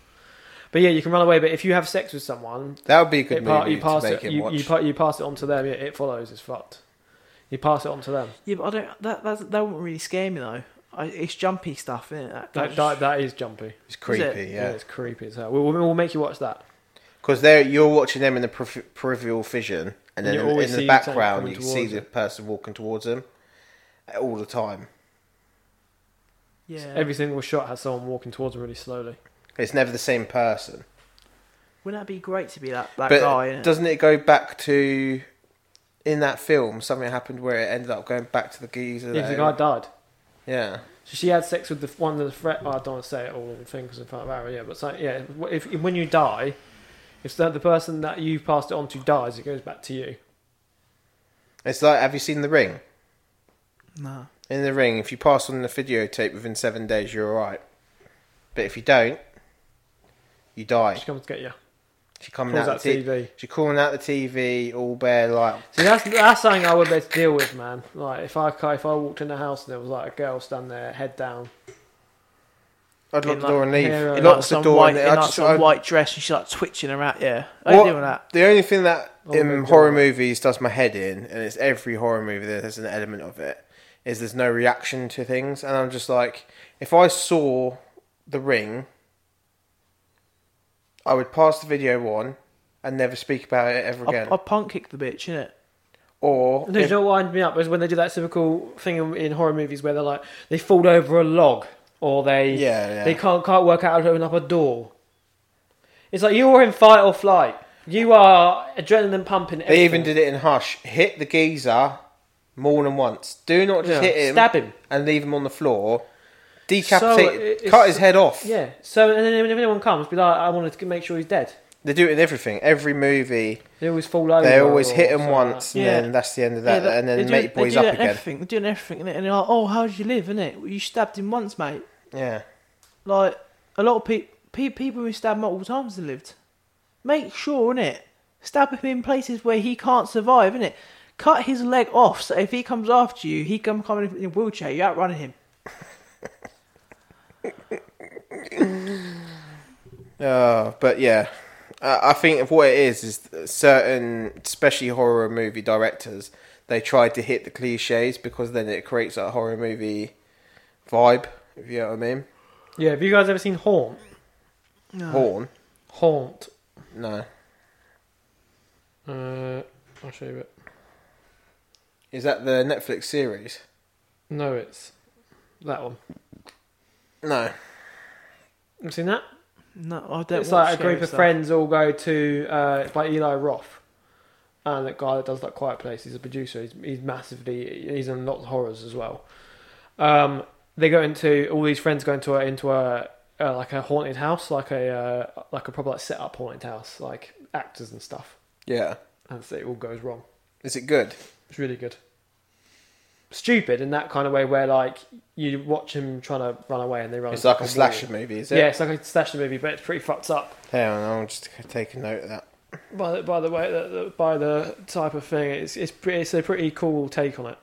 Speaker 1: But yeah, you can run away. But if you have sex with someone,
Speaker 2: That would be a
Speaker 1: it
Speaker 2: good
Speaker 1: pa-
Speaker 2: movie
Speaker 1: you pass
Speaker 2: to make
Speaker 1: it.
Speaker 2: him
Speaker 1: You,
Speaker 2: watch.
Speaker 1: you, pa- you pass it on to them. Yeah, it follows. It's fucked. You pass it on to them.
Speaker 3: Yeah, but I don't. That that that wouldn't really scare me though. I, it's jumpy stuff, isn't it? That
Speaker 1: That,
Speaker 3: kind of-
Speaker 1: that, that is jumpy.
Speaker 2: it's creepy,
Speaker 1: Yeah,
Speaker 2: yeah.
Speaker 1: it's creepy as hell. We'll, we'll make you watch that.
Speaker 2: Because there, you're watching them in the perif- peripheral vision, and then
Speaker 1: you
Speaker 2: in,
Speaker 1: always see
Speaker 2: the
Speaker 1: you
Speaker 2: background
Speaker 1: coming
Speaker 2: you can see
Speaker 1: towards
Speaker 2: the
Speaker 1: it.
Speaker 2: person walking towards them uh, all the time.
Speaker 3: yeah.
Speaker 1: Every single shot has someone walking towards them really slowly.
Speaker 2: It's never the same person.
Speaker 3: Wouldn't that be great to be that that
Speaker 2: but
Speaker 3: guy? innit?
Speaker 2: doesn't it go back to in that film something happened where it ended up going back to the geezer?
Speaker 1: If the
Speaker 2: there?
Speaker 1: guy died.
Speaker 2: yeah.
Speaker 1: So she had sex with the one of the threat. I don't want to say it all in the thing because in front of Aaron, yeah. But so, yeah, if, if when you die, if the, the person that you passed it on to dies, it goes back to you.
Speaker 2: It's like, have you seen The Ring?
Speaker 3: No.
Speaker 2: In The Ring, if you pass on the videotape within seven days, you're alright. But if you don't, you die.
Speaker 1: She comes to get you.
Speaker 2: She coming
Speaker 1: Calls
Speaker 2: out
Speaker 1: that
Speaker 2: the TV.
Speaker 1: TV.
Speaker 2: She calling out the TV, all bare like.
Speaker 1: See, that's that's something I would let to deal with, man. Like if I ca- if I walked in the house and there was like a girl standing there, head down.
Speaker 2: I'd lock
Speaker 3: In
Speaker 2: the
Speaker 3: like-
Speaker 2: door and leave.
Speaker 1: yeah,
Speaker 2: It
Speaker 1: right.
Speaker 2: locks the
Speaker 3: some
Speaker 2: door.
Speaker 3: white,
Speaker 2: and
Speaker 3: in
Speaker 2: I
Speaker 3: like
Speaker 2: just,
Speaker 3: some
Speaker 2: I-
Speaker 3: white dress, and she's like twitching her out. Yeah, I ain't
Speaker 2: What-
Speaker 3: doing that.
Speaker 2: The only thing that
Speaker 1: Oh,
Speaker 2: in
Speaker 1: my
Speaker 2: horror
Speaker 1: God.
Speaker 2: movies does my head in, and it's every horror movie that there's an element of it, is there's no reaction to things, and I'm just like, if I saw The Ring, I would pass the video on and never speak about it ever again.
Speaker 3: I, I punk kick the bitch, innit?
Speaker 2: or
Speaker 1: No, you
Speaker 2: if-
Speaker 1: know what winds me up is when they do that typical thing in, in horror movies where they're like they fall over a log or they
Speaker 2: Yeah, yeah.
Speaker 1: they can't can't work out how to open up a door. It's like you are in fight or flight. You are adrenaline pumping.
Speaker 2: they
Speaker 1: everything.
Speaker 2: even did it in Hush, hit the geezer more than once. Do not just
Speaker 1: Yeah.
Speaker 2: hit him,
Speaker 1: Stab him.
Speaker 2: and leave him on the floor. Decapitate,
Speaker 1: it-
Speaker 2: cut
Speaker 1: it's-
Speaker 2: his head off.
Speaker 1: Yeah. So and then if anyone comes, be like, I want to make sure he's dead.
Speaker 2: They do it in everything. Every movie.
Speaker 1: They always fall over.
Speaker 2: They always
Speaker 1: or
Speaker 2: hit him
Speaker 1: something
Speaker 2: once,
Speaker 3: like that.
Speaker 2: and
Speaker 3: Yeah.
Speaker 2: then that's the end of that,
Speaker 3: that-
Speaker 2: and then
Speaker 3: they do-
Speaker 2: mate boys
Speaker 3: they do
Speaker 2: up
Speaker 3: that in
Speaker 2: again.
Speaker 3: Everything. They're doing everything, innit? and they're like, "Oh, how did you live, innit? Well, You stabbed him once, mate."
Speaker 2: Yeah,
Speaker 3: Like a lot of people, pe- people who stab multiple times have lived. Make sure, innit? Stab him in places where he can't survive, innit? Cut his leg off so if he comes after you, he come coming in a wheelchair. You're outrunning him.
Speaker 2: uh, but yeah, uh, I think of what it is is certain, especially horror movie directors, they try to hit the cliches because then it creates a horror movie vibe. If you know what I mean,
Speaker 3: Oh.
Speaker 1: Yeah. Have you guys ever seen Haunt?
Speaker 3: No.
Speaker 2: Horn.
Speaker 1: Haunt.
Speaker 2: No.
Speaker 1: Uh, I'll show you it.
Speaker 2: Is that the Netflix series?
Speaker 1: No, it's that one.
Speaker 2: No.
Speaker 1: You seen that?
Speaker 3: No, I don't.
Speaker 1: it's
Speaker 3: watch
Speaker 1: like a
Speaker 3: scary
Speaker 1: group of
Speaker 3: stuff.
Speaker 1: friends all go to uh, it's like Eli Roth, and that guy that does that Quiet Place. He's a producer. He's, he's massively he's in lots of horrors as well. Um, they go into all these friends go into a, into a uh, like a haunted house, like a uh, like a proper like set up haunted house, like actors and stuff,
Speaker 2: Yeah.
Speaker 1: and so it all goes wrong.
Speaker 2: Is it good?
Speaker 1: It's really good. Stupid in that kind of way, where like you watch him trying to run away
Speaker 3: Oh,
Speaker 1: and they run.
Speaker 2: It's like a
Speaker 1: wall.
Speaker 2: slasher movie, is it?
Speaker 1: Yeah, it's like a slasher movie, but it's pretty fucked up.
Speaker 2: Hang on, I'll just take a note of that.
Speaker 1: By the, by the way, the, the, by the type of thing, it's it's, pretty, it's a pretty cool take on it.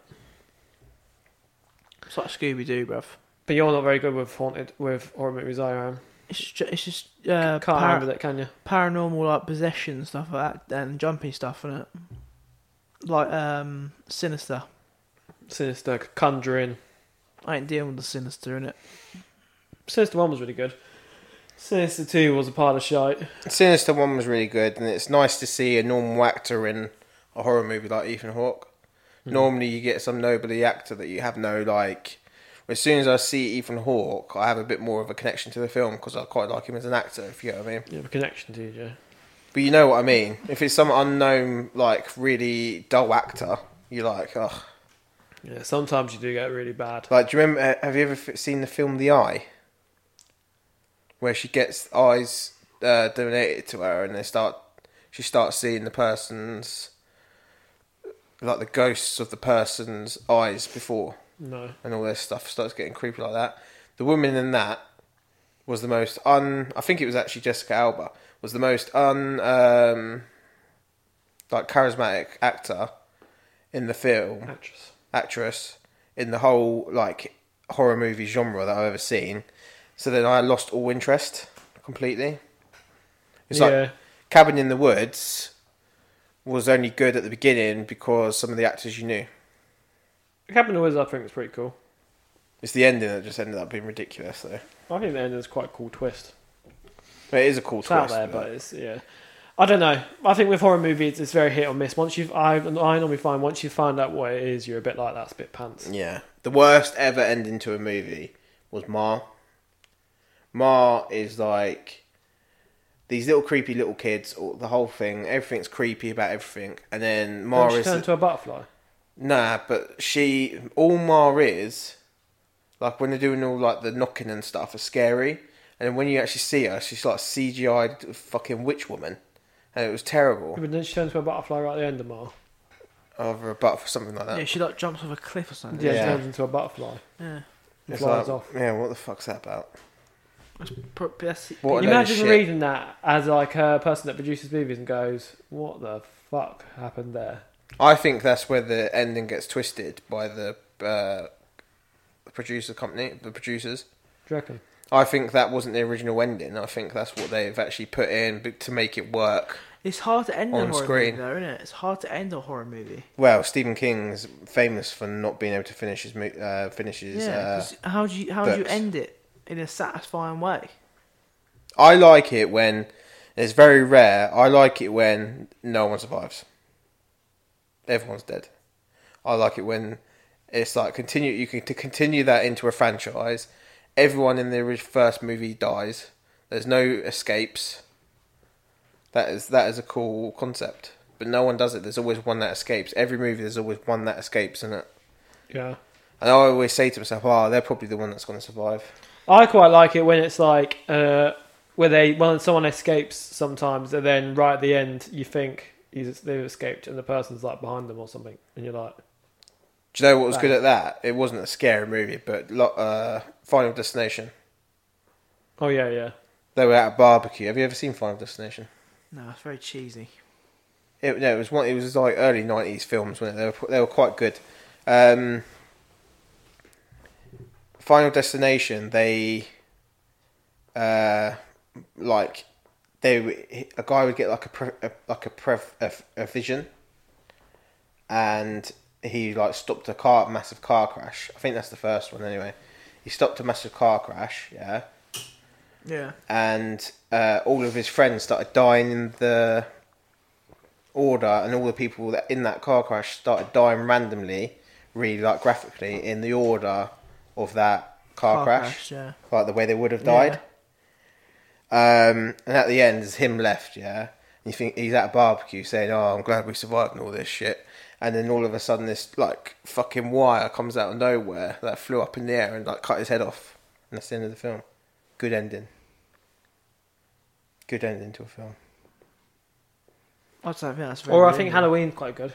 Speaker 3: It's like Scooby Doo, bruv.
Speaker 1: But you're not very good with haunted with horror movies. I am.
Speaker 3: It's just, it's just uh,
Speaker 1: Can't
Speaker 3: par-
Speaker 1: remember that, can you?
Speaker 3: paranormal like possession stuff like that and jumpy stuff in it. Like um, sinister.
Speaker 1: Sinister, Conjuring.
Speaker 3: I ain't dealing with the sinister in it.
Speaker 1: Sinister one was really good. Sinister two was a part of shite.
Speaker 2: Sinister One was really good, and it's nice to see a normal actor in a horror movie like Ethan Hawke.
Speaker 1: Hmm.
Speaker 2: Normally, you get some nobody actor that you have no like. As soon as I see Ethan Hawke, I have a bit more of a connection to the film because I quite like him as an actor. If you know what I mean.
Speaker 1: You have a connection to you, Joe.
Speaker 2: But you know what I mean. If it's some unknown, like really dull actor, you're like, oh,
Speaker 1: Yeah, sometimes you do get really bad.
Speaker 2: like do you remember? uh, Have you ever f- seen the film The Eye, where she gets eyes uh, donated to her, and they start, she starts seeing the person's, like the ghosts of the person's eyes before,
Speaker 1: No,
Speaker 2: and all this stuff starts getting creepy like that. The woman in that was the most un. I think it was actually Jessica Alba was the most un um, like charismatic actor in the film
Speaker 1: actress.
Speaker 2: actress in the whole like horror movie genre that I've ever seen. So then I lost all interest completely. It's like
Speaker 1: yeah,
Speaker 2: Cabin in the Woods was only good at the beginning because some of the actors you knew.
Speaker 1: Cabin in the Woods, I think is pretty cool.
Speaker 2: It's the ending that just ended up being ridiculous though.
Speaker 1: I think the ending's quite a cool twist.
Speaker 2: But it is a cool
Speaker 1: It's
Speaker 2: twist.
Speaker 1: out there,
Speaker 2: but-
Speaker 1: but it's yeah. I don't know. I think with horror movies, it's very hit or miss. Once you, I, I normally find once you find out what it is, you're a bit like that's a bit pants.
Speaker 2: Yeah. The worst ever ending to a movie was Ma. Ma is like these little creepy little kids, or the whole thing, everything's creepy about everything. And then Ma
Speaker 1: Then she
Speaker 2: is
Speaker 1: turned into a butterfly.
Speaker 2: Nah, but she all Mar is like when they're doing all like the knocking and stuff are scary, and then when you actually see her, she's like CGI fucking witch woman, and it was terrible.
Speaker 1: But then she turned into a butterfly right at the end of Mar.
Speaker 2: Over a butt for something like that.
Speaker 3: Yeah, she like jumps off a cliff or something.
Speaker 1: Yeah,
Speaker 2: Uh, Yeah.
Speaker 1: she turns into a butterfly.
Speaker 3: Yeah.
Speaker 1: And
Speaker 2: It's
Speaker 1: flies
Speaker 2: like,
Speaker 1: off.
Speaker 2: Yeah, what the fuck's that about?
Speaker 3: That's, pro- that's
Speaker 2: What a
Speaker 1: Can
Speaker 2: load
Speaker 1: you
Speaker 2: of
Speaker 1: imagine
Speaker 2: shit.
Speaker 1: reading that as like a person that produces movies and goes, "What the fuck happened there?"
Speaker 2: I think that's where the ending gets twisted by the uh, producer company, the producers.
Speaker 1: Do you reckon?
Speaker 2: I think that wasn't the original ending. I think that's what they've actually put in b- to make it work.
Speaker 3: It's hard to end
Speaker 2: On
Speaker 3: a horror movie,
Speaker 2: screen.
Speaker 3: though, isn't it? It's hard to end a horror movie.
Speaker 2: Well, Stephen King's famous for not being able to finish his mo- uh, finish his.
Speaker 3: yeah.
Speaker 2: uh,
Speaker 3: 'cause how do you how do you
Speaker 2: books.
Speaker 3: end it in a satisfying way?
Speaker 2: I like it when it's very rare. I like it when no one survives. Everyone's dead. I like it when it's like continue. You can to continue that into a franchise. Everyone in the orig- first movie dies. There's no escapes. That is that is a cool concept, but no one does it. There's always one that escapes. Every movie, there's always one that escapes, in it.
Speaker 1: Yeah.
Speaker 2: And I always say to myself, "Oh, they're probably the one that's going to survive."
Speaker 1: I quite like it when it's like uh, where they when someone escapes sometimes, and then right at the end you think he's, they've escaped, and the person's like behind them or something, and you're like,
Speaker 2: Do you know what was
Speaker 1: Right.
Speaker 2: good at that? It wasn't a scary movie, but lo- uh, Final Destination.
Speaker 1: "Oh yeah, yeah."
Speaker 2: They were at a barbecue. Have you ever seen Final Destination?
Speaker 3: No, it's very cheesy.
Speaker 2: It, no, it was one. It was like early nineties films, wasn't it? They were they were quite good. Um, Final Destination. They, uh, like, they w- a guy would get like a, pre, a like a, pre, a a vision, and he like stopped a car massive car crash. I think that's the first one. Anyway, he stopped a massive car crash. Yeah,
Speaker 3: Yeah.
Speaker 2: and uh, all of his friends started dying in the order, and all the people that in that car crash started dying randomly, really like graphically in the order of that car, crash,
Speaker 3: Yeah.
Speaker 2: like the way they would have died. Um, and at the end, it's him left, yeah. And you think he's at a barbecue saying, "Oh, I'm glad we survived and all this shit." And then all of a sudden, this like fucking wire comes out of nowhere that flew up in the air and like cut his head off. And that's the end of the film. Good ending. Good ending to a film.
Speaker 3: I just don't think that's very.
Speaker 1: Or I think
Speaker 3: realistic.
Speaker 1: Halloween's quite good.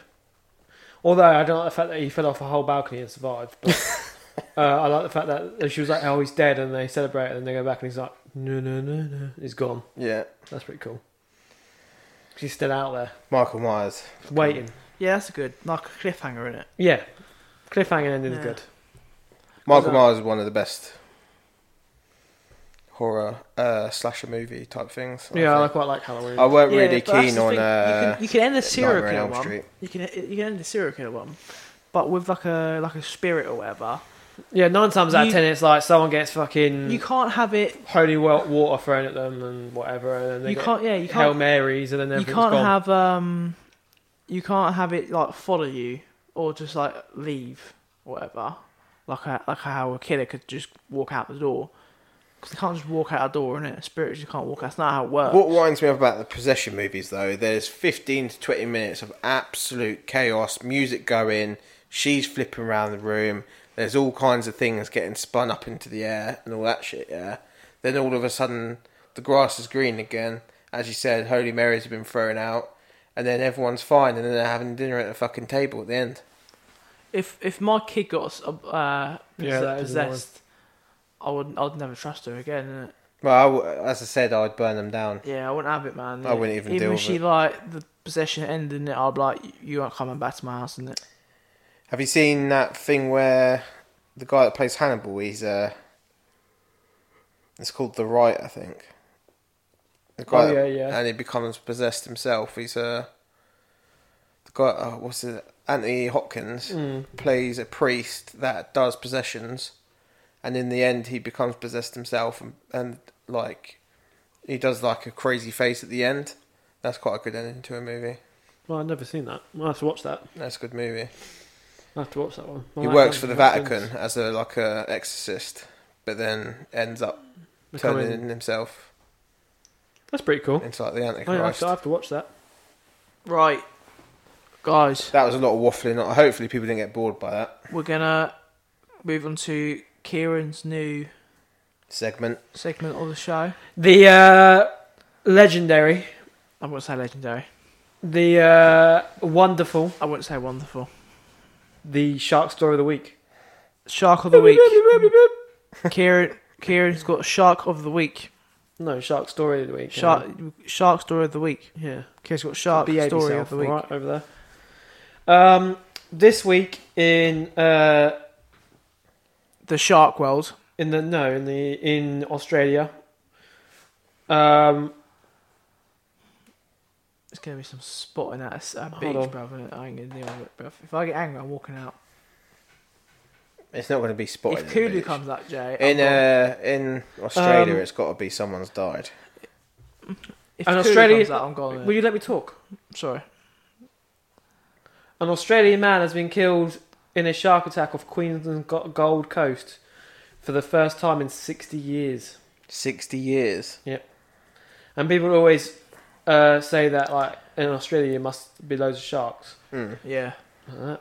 Speaker 1: Although I don't like the fact that he fell off a whole balcony and survived. But, uh, I like the fact that she was like, "Oh, he's dead," and they celebrate, and they go back, and he's like, "No, no, no, no," he's gone.
Speaker 2: Yeah,
Speaker 1: That's pretty cool. 'Cause He's still out there
Speaker 2: Michael Myers.
Speaker 1: waiting.
Speaker 3: Yeah, that's a good like a cliffhanger in it.
Speaker 1: Yeah, cliffhanger ending is
Speaker 3: Yeah.
Speaker 1: good.
Speaker 2: Michael
Speaker 3: that-
Speaker 2: Myers is one of the best horror uh, slasher movie type things. I
Speaker 1: Yeah, I
Speaker 2: think.
Speaker 1: quite like Halloween.
Speaker 2: I weren't
Speaker 3: Yeah,
Speaker 2: really
Speaker 3: but that's
Speaker 2: keen
Speaker 3: the
Speaker 2: on.
Speaker 3: thing, you,
Speaker 2: Uh,
Speaker 3: can, you can end the
Speaker 2: Nightmare
Speaker 3: serial
Speaker 2: on
Speaker 3: killer
Speaker 2: Elm
Speaker 3: one.
Speaker 2: Street.
Speaker 3: You can you can end the serial killer one, but with like a like a spirit or whatever.
Speaker 1: yeah, nine times out
Speaker 3: You-
Speaker 1: of ten, it's like someone gets
Speaker 2: Mm.
Speaker 1: fucking
Speaker 3: You can't have it.
Speaker 1: holy wa- water thrown at them and whatever, and then they
Speaker 3: You
Speaker 1: get
Speaker 3: can't. Yeah, you
Speaker 1: Hail
Speaker 3: can't.
Speaker 1: Marys, and then
Speaker 3: You
Speaker 1: everything's
Speaker 3: can't
Speaker 1: gone.
Speaker 3: have um. You can't have it like follow you or just like leave or whatever. Like a, like how a killer could just walk out the door. Because they can't just walk out a door, innit? Spirits just can't walk out. That's not how it works.
Speaker 2: What winds me up about the possession movies, though, there's 15 to 20 minutes of absolute chaos, music going, she's flipping around the room, there's all kinds of things getting spun up into the air and all that shit, yeah. Then all of a sudden, the grass is green again. As you said, Holy Marys have been thrown out, and then everyone's fine, and then they're having dinner at a fucking table at the end.
Speaker 3: If if my kid got uh,
Speaker 1: Yeah, that is annoying.
Speaker 3: possessed, I would I'd never trust her again. Innit?
Speaker 2: Well, I w as I said, I'd burn them down.
Speaker 3: Yeah, I wouldn't have it, man.
Speaker 2: I wouldn't even
Speaker 3: Even
Speaker 2: deal
Speaker 3: if
Speaker 2: with
Speaker 3: she
Speaker 2: it.
Speaker 3: like the possession ending it, I'd be like, you aren't coming back to my house, and it.
Speaker 2: Have you seen that thing where the guy that plays Hannibal, he's uh it's called The Right, I think. The guy
Speaker 1: Oh,
Speaker 2: that-
Speaker 1: yeah, yeah.
Speaker 2: and he becomes possessed himself. He's uh the guy oh, what's it? Anthony Hopkins
Speaker 1: Mm.
Speaker 2: plays a priest that does possessions and in the end he becomes possessed himself and, and like he does like a crazy face at the end. That's quite a good ending to a movie.
Speaker 1: Well, I've never seen that. I will have to watch that.
Speaker 2: That's a good movie.
Speaker 1: I have to watch that one. I
Speaker 2: He
Speaker 1: like
Speaker 2: works
Speaker 1: that.
Speaker 2: for the Vatican as a like a exorcist, but then ends up
Speaker 1: Becoming-
Speaker 2: turning in himself
Speaker 1: That's pretty cool.
Speaker 2: into like the
Speaker 1: I have,
Speaker 2: Antichrist.
Speaker 1: to, I have to watch that.
Speaker 3: Right, guys,
Speaker 2: That was a lot of waffling. Hopefully, people didn't get bored by that
Speaker 3: we're gonna move on to Kieran's new
Speaker 2: segment.
Speaker 3: segment of the show.
Speaker 1: The uh, legendary,
Speaker 3: I wouldn't say legendary.
Speaker 1: the uh, wonderful,
Speaker 3: I wouldn't say wonderful.
Speaker 1: the shark story of the week.
Speaker 3: Shark of the week. Kieran Kieran's got shark of the week.
Speaker 1: No, shark story of the week. Um,
Speaker 3: Shark shark story of the week.
Speaker 1: Yeah.
Speaker 3: Kieran's got shark
Speaker 1: Behave
Speaker 3: story
Speaker 1: yourself,
Speaker 3: of the week.
Speaker 1: all Right over there. Um, this week in uh,
Speaker 3: The shark world.
Speaker 1: in the no in the in Australia. Um,
Speaker 3: It's gonna be some spotting at a s- a,
Speaker 1: Hold
Speaker 3: beach,
Speaker 1: on.
Speaker 3: brother. I ain't gonna deal with it, bruv. If I get angry, I'm walking out.
Speaker 2: It's not going to be
Speaker 3: if
Speaker 2: spotted. in the
Speaker 3: Kulu
Speaker 2: village.
Speaker 3: comes up, Jay, I'm
Speaker 2: in
Speaker 3: gone.
Speaker 2: uh, in Australia,
Speaker 1: Um,
Speaker 2: it's got to be someone's died.
Speaker 3: if
Speaker 1: an
Speaker 3: Kulu
Speaker 1: Australian-
Speaker 3: comes up, I'm
Speaker 2: Oh,
Speaker 3: gone.
Speaker 1: will you let me talk?
Speaker 3: Sorry.
Speaker 1: An Australian man has been killed in a shark attack off Queensland's Go- Gold Coast for the first time in 60 years.
Speaker 2: Sixty years.
Speaker 1: And people always uh, say that, like, in Australia, there must be loads of sharks.
Speaker 2: Mm.
Speaker 3: Yeah.
Speaker 1: Uh,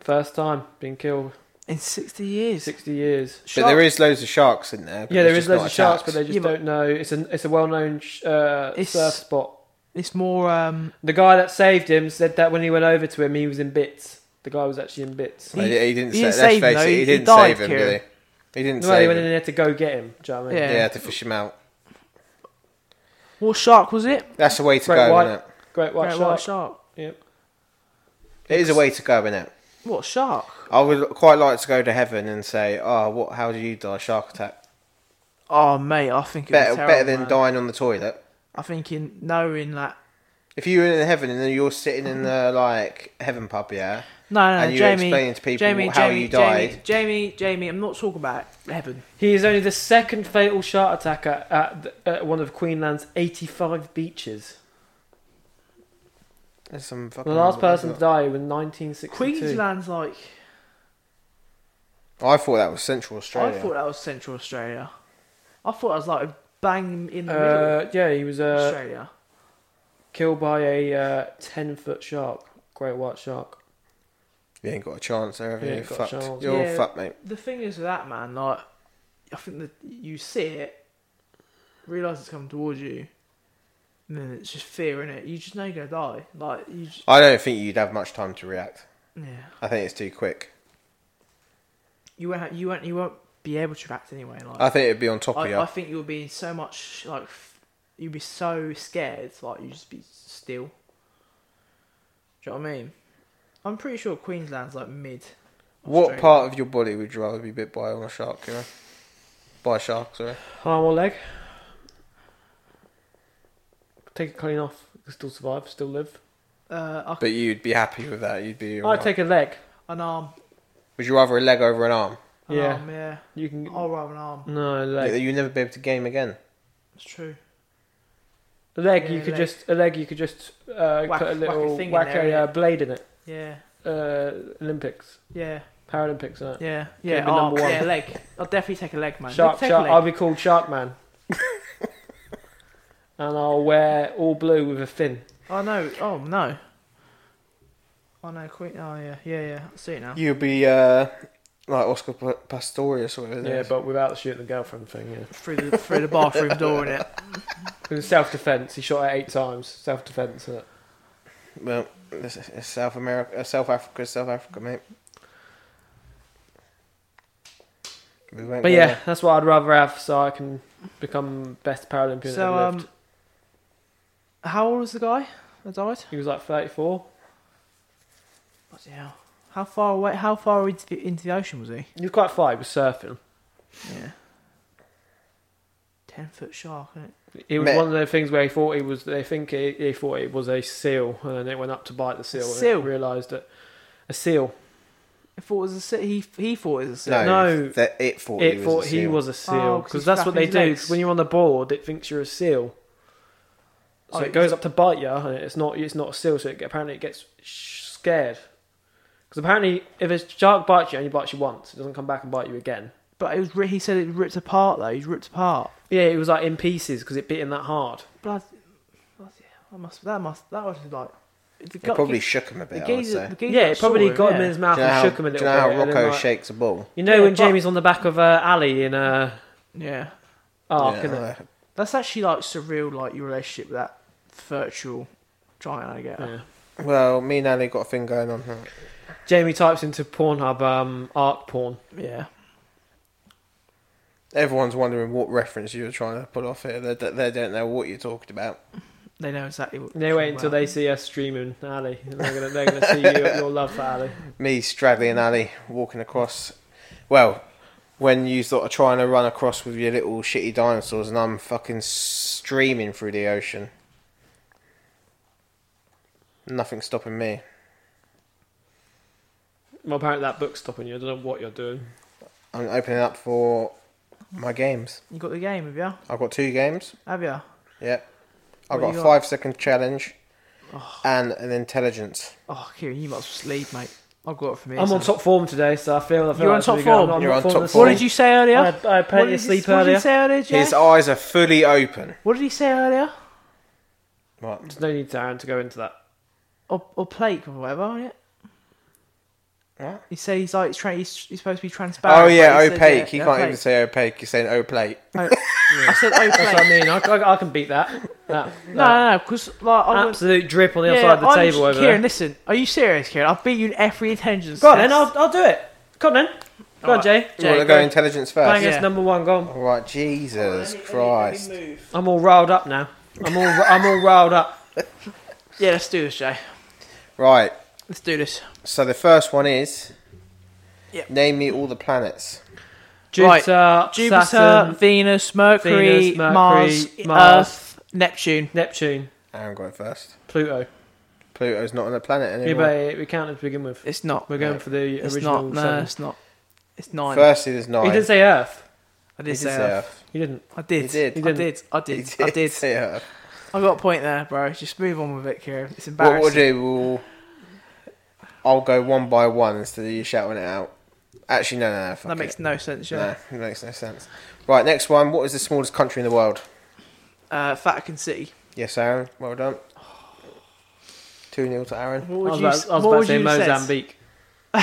Speaker 1: First time being killed
Speaker 3: In 60 years.
Speaker 1: 60 years.
Speaker 2: But there is loads of sharks in there. but
Speaker 1: Yeah, there is
Speaker 2: it's just
Speaker 1: loads
Speaker 2: not
Speaker 1: of sharks, but
Speaker 2: attacked.
Speaker 1: they just
Speaker 3: Yeah, but-
Speaker 1: don't know. It's a it's a well known sh- uh,
Speaker 3: It's-
Speaker 1: surf spot.
Speaker 3: It's more. um
Speaker 1: The guy that saved him said that when he went over to him, he was in bits. The guy was actually in bits.
Speaker 3: He-
Speaker 2: Like, he,
Speaker 3: he
Speaker 2: didn't. sa-
Speaker 3: didn't
Speaker 2: let's
Speaker 3: save him,
Speaker 2: face
Speaker 3: though.
Speaker 2: it,
Speaker 3: He
Speaker 2: he didn't
Speaker 3: died,
Speaker 2: save him, did
Speaker 3: Kieran.
Speaker 2: he? He didn't
Speaker 1: No, they
Speaker 2: save
Speaker 1: went in
Speaker 2: him.
Speaker 1: there to go get him. Do you know what I mean?
Speaker 3: Yeah.
Speaker 2: Yeah, to fish him out.
Speaker 3: What shark was it?
Speaker 2: That's the way to
Speaker 1: Great
Speaker 2: go,
Speaker 1: white-
Speaker 2: isn't it?
Speaker 1: Great white
Speaker 3: Great
Speaker 1: shark.
Speaker 3: white shark.
Speaker 1: Yep.
Speaker 2: It is a way to go, isn't it?
Speaker 3: What shark?
Speaker 2: I would quite like to go to heaven and say, "Oh, what? How did you die? Shark attack?
Speaker 3: Oh, mate, I think it was
Speaker 2: Better,
Speaker 3: terrible,
Speaker 2: better than
Speaker 3: man.
Speaker 2: dying on the toilet."
Speaker 3: I think in knowing that
Speaker 2: If you were in heaven and then you're sitting in the like heaven pub, yeah,
Speaker 3: No, no,
Speaker 2: and
Speaker 3: no
Speaker 2: you're
Speaker 3: Uh, Jamie.
Speaker 2: explaining to people
Speaker 3: Jamie,
Speaker 2: how
Speaker 3: Jamie,
Speaker 2: you died.
Speaker 3: Jamie, Jamie, Jamie, I'm not talking about heaven.
Speaker 1: He is only the second fatal shark attacker at, th- at one of Queensland's 85 beaches.
Speaker 2: There's some fucking
Speaker 1: The last person to die was in 1962.
Speaker 3: Queensland's like
Speaker 2: I thought that was Central Australia.
Speaker 3: I thought that was Central Australia. I thought I was like bang in the middle of
Speaker 1: Uh, yeah, he was uh,
Speaker 3: Australia.
Speaker 1: killed by a 10 foot shark, great white shark.
Speaker 2: You ain't got a chance there, have
Speaker 1: You
Speaker 2: you? You're
Speaker 1: ain't got a
Speaker 2: fucked.
Speaker 1: chance.
Speaker 2: You're
Speaker 3: Yeah.
Speaker 2: all fucked, mate.
Speaker 3: The thing is with that man, like I think that you see it, realise it's coming towards you, and then it's just fear in it. You just know you're gonna die. Like you just
Speaker 2: I don't think you'd have much time to react.
Speaker 3: Yeah.
Speaker 2: I think it's too quick.
Speaker 3: You won't ha- you won't you won't be able to act anyway, like
Speaker 2: I think it'd be on top of
Speaker 3: I,
Speaker 2: you.
Speaker 3: I think you'll be in so much like f- you'll be so scared, like you just be still. Do you know what I mean? I'm pretty sure Queensland's like mid.
Speaker 2: what
Speaker 3: Australia.
Speaker 2: part of your body would you rather be bit by on a shark? You know? By a shark, sorry.
Speaker 1: Arm or leg? Take it clean off. Can still survive, still live.
Speaker 3: Uh, I-
Speaker 2: But you'd be happy with that. You'd be.
Speaker 1: I'd take a leg.
Speaker 3: an arm.
Speaker 2: Would you rather a leg over an arm?
Speaker 3: An
Speaker 1: Yeah.
Speaker 3: Arm, yeah.
Speaker 1: You can.
Speaker 3: I'll rather an arm.
Speaker 1: No, a
Speaker 2: That
Speaker 1: leg.
Speaker 2: You'd never be able to game again.
Speaker 3: It's true.
Speaker 1: A leg,
Speaker 3: Yeah,
Speaker 1: you could
Speaker 3: leg.
Speaker 1: just. A leg, you could just uh,
Speaker 3: Whack-
Speaker 1: put
Speaker 3: whack a
Speaker 1: a little.
Speaker 3: thing in
Speaker 1: Whack a,
Speaker 3: there,
Speaker 1: uh, blade in it.
Speaker 3: Yeah.
Speaker 1: Uh, Olympics.
Speaker 3: Yeah.
Speaker 1: Paralympics, aren't it?
Speaker 3: Yeah.
Speaker 1: Could've
Speaker 3: Yeah.
Speaker 1: been
Speaker 3: Arm,
Speaker 1: number one.
Speaker 3: yeah. Leg. I'll definitely take a leg, man.
Speaker 1: Shark,
Speaker 3: take
Speaker 1: shark.
Speaker 3: a
Speaker 1: I'll
Speaker 3: leg.
Speaker 1: be called Shark Man. and I'll wear all blue with a fin.
Speaker 3: Oh no. Oh no. Oh no. Queen. Oh yeah. Yeah. Yeah. I see it now.
Speaker 2: You'd be uh, like Oscar P- Pistorius or whatever.
Speaker 1: Yeah, but without shooting the girlfriend thing. Yeah.
Speaker 3: Through the through the bathroom door in it.
Speaker 1: It was self defense. He shot it eight times. Self defense. It.
Speaker 2: Well, this is- it's South America, uh, South Africa, South Africa, mate. We won't
Speaker 1: But
Speaker 2: go
Speaker 1: yeah,
Speaker 2: there.
Speaker 1: that's what I'd rather have, so I can become best Paralympian
Speaker 3: So
Speaker 1: that ever lived.
Speaker 3: um, how old was the guy that died?
Speaker 1: He was like 34.
Speaker 3: Bloody hell. How far away? How far into the, into the ocean was he?
Speaker 1: He was quite far. He was surfing.
Speaker 3: Yeah. Ten foot shark, is
Speaker 1: It was
Speaker 2: Mate.
Speaker 1: one of the things where he thought he was. They think he, he thought it was a seal, and then it went up to bite the seal. and it
Speaker 3: seal?
Speaker 1: realised that a seal.
Speaker 3: I thought it was a si- he he thought it was a seal.
Speaker 2: No,
Speaker 1: No.
Speaker 2: that it thought
Speaker 1: it
Speaker 2: he
Speaker 1: thought
Speaker 2: was. a
Speaker 1: he
Speaker 2: seal.
Speaker 1: was a
Speaker 3: Oh,
Speaker 1: seal
Speaker 3: 'cause
Speaker 1: because
Speaker 3: he's
Speaker 1: that's what they
Speaker 3: flapping his
Speaker 1: do.
Speaker 3: legs.
Speaker 1: When you're on the board, it thinks you're a seal, so
Speaker 3: Oh,
Speaker 1: it goes up to bite you, and it's not it's not a seal. So it, apparently it gets sh- scared because apparently if a shark bites you, it only bites you once, it doesn't come back and bite you again.
Speaker 3: But it was ri- he said it was ripped apart though. He's ripped apart.
Speaker 1: Yeah, it was like in pieces because it bit him that hard.
Speaker 3: Blood. bloody hell, That must that must that was like. The
Speaker 2: It
Speaker 3: gu-
Speaker 2: probably
Speaker 3: the
Speaker 2: shook him a bit. I would
Speaker 3: geezer-
Speaker 2: say.
Speaker 3: the
Speaker 2: Do
Speaker 3: geezer
Speaker 1: yeah,
Speaker 3: that
Speaker 1: it probably
Speaker 3: saw
Speaker 1: got him
Speaker 3: yeah.
Speaker 1: in his mouth
Speaker 2: you know
Speaker 1: and
Speaker 2: how,
Speaker 1: shook him a
Speaker 2: do you
Speaker 1: little
Speaker 2: know how
Speaker 1: bit. and then,
Speaker 2: Rocco
Speaker 1: like-
Speaker 2: shakes a ball?
Speaker 1: you know
Speaker 3: Yeah,
Speaker 1: when
Speaker 3: but-
Speaker 1: Jamie's on the back of uh, Ali in uh,
Speaker 3: Yeah,
Speaker 1: Ark,
Speaker 2: Yeah,
Speaker 1: innit?
Speaker 2: uh,
Speaker 3: that's actually like surreal. Like your relationship with that virtual giant alligator.
Speaker 1: Yeah.
Speaker 2: well, me and Ali got a thing going on.
Speaker 1: Jamie types into Pornhub um, Ark porn.
Speaker 3: yeah.
Speaker 2: Everyone's wondering what reference you were trying to pull off here. They, they, they don't know what you're talking about.
Speaker 3: They know exactly what.
Speaker 1: They wait until they see us streaming Ali, and they're gonna they're gonna see you, your love for Ali.
Speaker 2: Me straddling Ali, walking across. Well, when you sort of trying to run across with your little shitty dinosaurs, and I'm fucking streaming through the ocean. Nothing stopping me.
Speaker 1: Well, apparently that book's stopping you. I don't know what you're doing.
Speaker 2: I'm opening up for my games.
Speaker 3: You got the game, have you?
Speaker 2: I've got two games.
Speaker 3: Have you?
Speaker 2: Yep.
Speaker 3: What
Speaker 2: I've got a
Speaker 3: you got?
Speaker 2: five second challenge and an intelligence.
Speaker 3: Oh, Kieran, you must sleep, mate. I've got it from here.
Speaker 1: I'm on
Speaker 3: son.
Speaker 1: top form today, so I feel. I feel
Speaker 3: You're on
Speaker 1: like it's
Speaker 3: top
Speaker 1: really good. I'm
Speaker 3: form?
Speaker 1: on
Speaker 2: You're on top
Speaker 1: this
Speaker 3: What
Speaker 2: form.
Speaker 1: morning.
Speaker 3: did you say earlier? What
Speaker 1: I, I plenty
Speaker 3: did
Speaker 1: of
Speaker 3: you-
Speaker 1: sleep
Speaker 3: What did
Speaker 1: earlier.
Speaker 3: you say earlier, Jay?
Speaker 2: His eyes are fully open.
Speaker 3: What did he say earlier?
Speaker 2: Right.
Speaker 1: There's no need, Darren, to go into that.
Speaker 3: Or, or plate or whatever, on it?
Speaker 2: What?
Speaker 3: He said he's like tra- he's, he's supposed to be transparent.
Speaker 2: Oh yeah,
Speaker 3: but he said,
Speaker 2: opaque.
Speaker 3: yeah,
Speaker 2: he
Speaker 3: yeah,
Speaker 2: can't even
Speaker 3: plate.
Speaker 2: say opaque. He's saying opaque.
Speaker 3: I said
Speaker 1: That's what I
Speaker 3: opaque.
Speaker 1: mean. I, I, I can beat that. that,
Speaker 3: no,
Speaker 1: that.
Speaker 3: no, no, because like
Speaker 1: Uh,
Speaker 3: I wouldn't-
Speaker 1: absolute drip on the
Speaker 3: yeah,
Speaker 1: other side of the
Speaker 3: I'm-
Speaker 1: table over
Speaker 3: Kieran,
Speaker 1: there.
Speaker 3: listen, are you serious, Kieran? I'll beat you in every intelligence.
Speaker 1: Go on,
Speaker 3: test.
Speaker 1: then I'll, I'll do it. Come on, then. Go on,
Speaker 3: Alright.
Speaker 1: Jay.
Speaker 2: You want
Speaker 1: Jay,
Speaker 2: to go
Speaker 1: go.
Speaker 2: intelligence
Speaker 1: Bang
Speaker 2: first?
Speaker 1: us
Speaker 3: Yeah.
Speaker 1: number one. Go on.
Speaker 2: All right, Jesus Christ.
Speaker 1: I'm all riled up now. I'm all I'm all riled up.
Speaker 3: Yeah, let's do this, Jay.
Speaker 2: Right.
Speaker 3: Let's do this.
Speaker 2: So the first one is.
Speaker 3: Yep.
Speaker 2: Name me all the planets.
Speaker 3: Right.
Speaker 1: Jupiter,
Speaker 3: Jupiter,
Speaker 1: Saturn,
Speaker 3: Venus, Mercury,
Speaker 1: Venus, Mercury,
Speaker 3: Mars,
Speaker 1: Mars.
Speaker 3: Earth, Neptune.
Speaker 1: Neptune.
Speaker 2: Aaron got it first.
Speaker 1: Pluto.
Speaker 2: Pluto's not on the planet
Speaker 1: Yeah,
Speaker 2: anymore.
Speaker 1: but we counted to begin with.
Speaker 3: It's not.
Speaker 1: We're going
Speaker 2: No.
Speaker 1: for the
Speaker 3: It's not.
Speaker 1: original.
Speaker 3: No,
Speaker 1: seven.
Speaker 3: it's not. It's nine.
Speaker 2: Firstly, there's nine.
Speaker 1: He did say Earth.
Speaker 3: I
Speaker 2: He
Speaker 3: did
Speaker 2: did
Speaker 3: say.
Speaker 2: say
Speaker 3: that.
Speaker 2: Earth.
Speaker 1: He didn't.
Speaker 3: I did.
Speaker 2: He did.
Speaker 3: I
Speaker 1: He
Speaker 3: did. I uh, did.
Speaker 2: He
Speaker 3: I did.
Speaker 2: say Earth.
Speaker 3: I got a point there, bro. Just move on with it, Kieran. It's
Speaker 2: What
Speaker 3: embarrassing.
Speaker 2: we'll do, we'll I'll go one by one instead of you shouting it out. Actually, no, no, no. Fuck
Speaker 3: That makes no sense,
Speaker 2: it.
Speaker 3: yeah.
Speaker 2: no, it makes no sense. Right, next one. What is the smallest country in the world?
Speaker 3: Uh, Vatican City.
Speaker 2: Yes, Aaron. Well done. Two 0 to Aaron.
Speaker 1: I
Speaker 3: What
Speaker 1: was
Speaker 3: would you?
Speaker 1: about, I was
Speaker 3: what
Speaker 1: about
Speaker 3: would
Speaker 1: to say
Speaker 3: you have said?
Speaker 1: Mozambique. but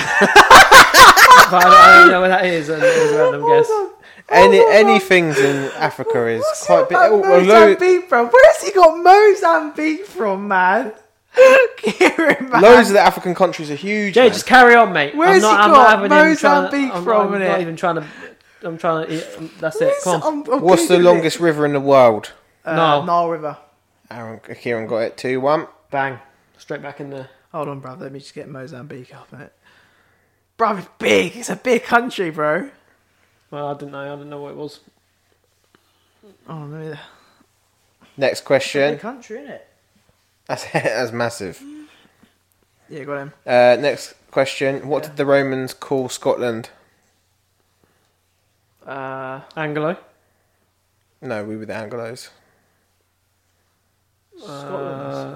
Speaker 1: I don't, I don't know where that is. And it was a
Speaker 3: Oh
Speaker 1: random guess.
Speaker 2: Any
Speaker 3: my
Speaker 2: any
Speaker 3: God.
Speaker 2: things in Africa is
Speaker 3: What's quite
Speaker 2: quite big.
Speaker 3: about
Speaker 2: Oh, well,
Speaker 3: Mozambique from? Where's he got Mozambique from, man? Kieran,
Speaker 2: lo-
Speaker 3: man.
Speaker 2: loads of the African countries are huge.
Speaker 1: Jay,
Speaker 2: man.
Speaker 1: just carry on, mate.
Speaker 3: Where
Speaker 1: I'm
Speaker 3: has
Speaker 1: not,
Speaker 3: he
Speaker 1: I'm
Speaker 3: got
Speaker 1: not having him trying to-
Speaker 3: Mozambique
Speaker 1: I'm,
Speaker 3: from,
Speaker 1: I'm
Speaker 3: innit?
Speaker 1: not even trying to. I'm trying to. Eat, that's it.
Speaker 3: Where's-
Speaker 1: Come on.
Speaker 3: I'm- I'm
Speaker 2: What's the
Speaker 3: oh, Googling
Speaker 2: longest
Speaker 3: it.
Speaker 2: river in the world?
Speaker 3: Uh,
Speaker 1: Nile.
Speaker 3: Nile River.
Speaker 2: Aaron, Kieran got it. Two one.
Speaker 1: Bang. Straight back in there.
Speaker 3: Hold on, bruv. Let me just get Mozambique up, mate. Bruv, it's big. It's a big country, bro.
Speaker 1: Well, I didn't know. I didn't know what it was.
Speaker 3: Oh, let me.
Speaker 2: Next
Speaker 3: Big
Speaker 2: question.
Speaker 3: country, isn't it?
Speaker 2: That's that's massive.
Speaker 3: Yeah, got him.
Speaker 2: Uh, next question. What
Speaker 3: Yeah.
Speaker 2: did the Romans call Scotland?
Speaker 3: Uh,
Speaker 1: Anglo.
Speaker 2: No, we were the Anglos.
Speaker 3: Scotland.
Speaker 1: Uh,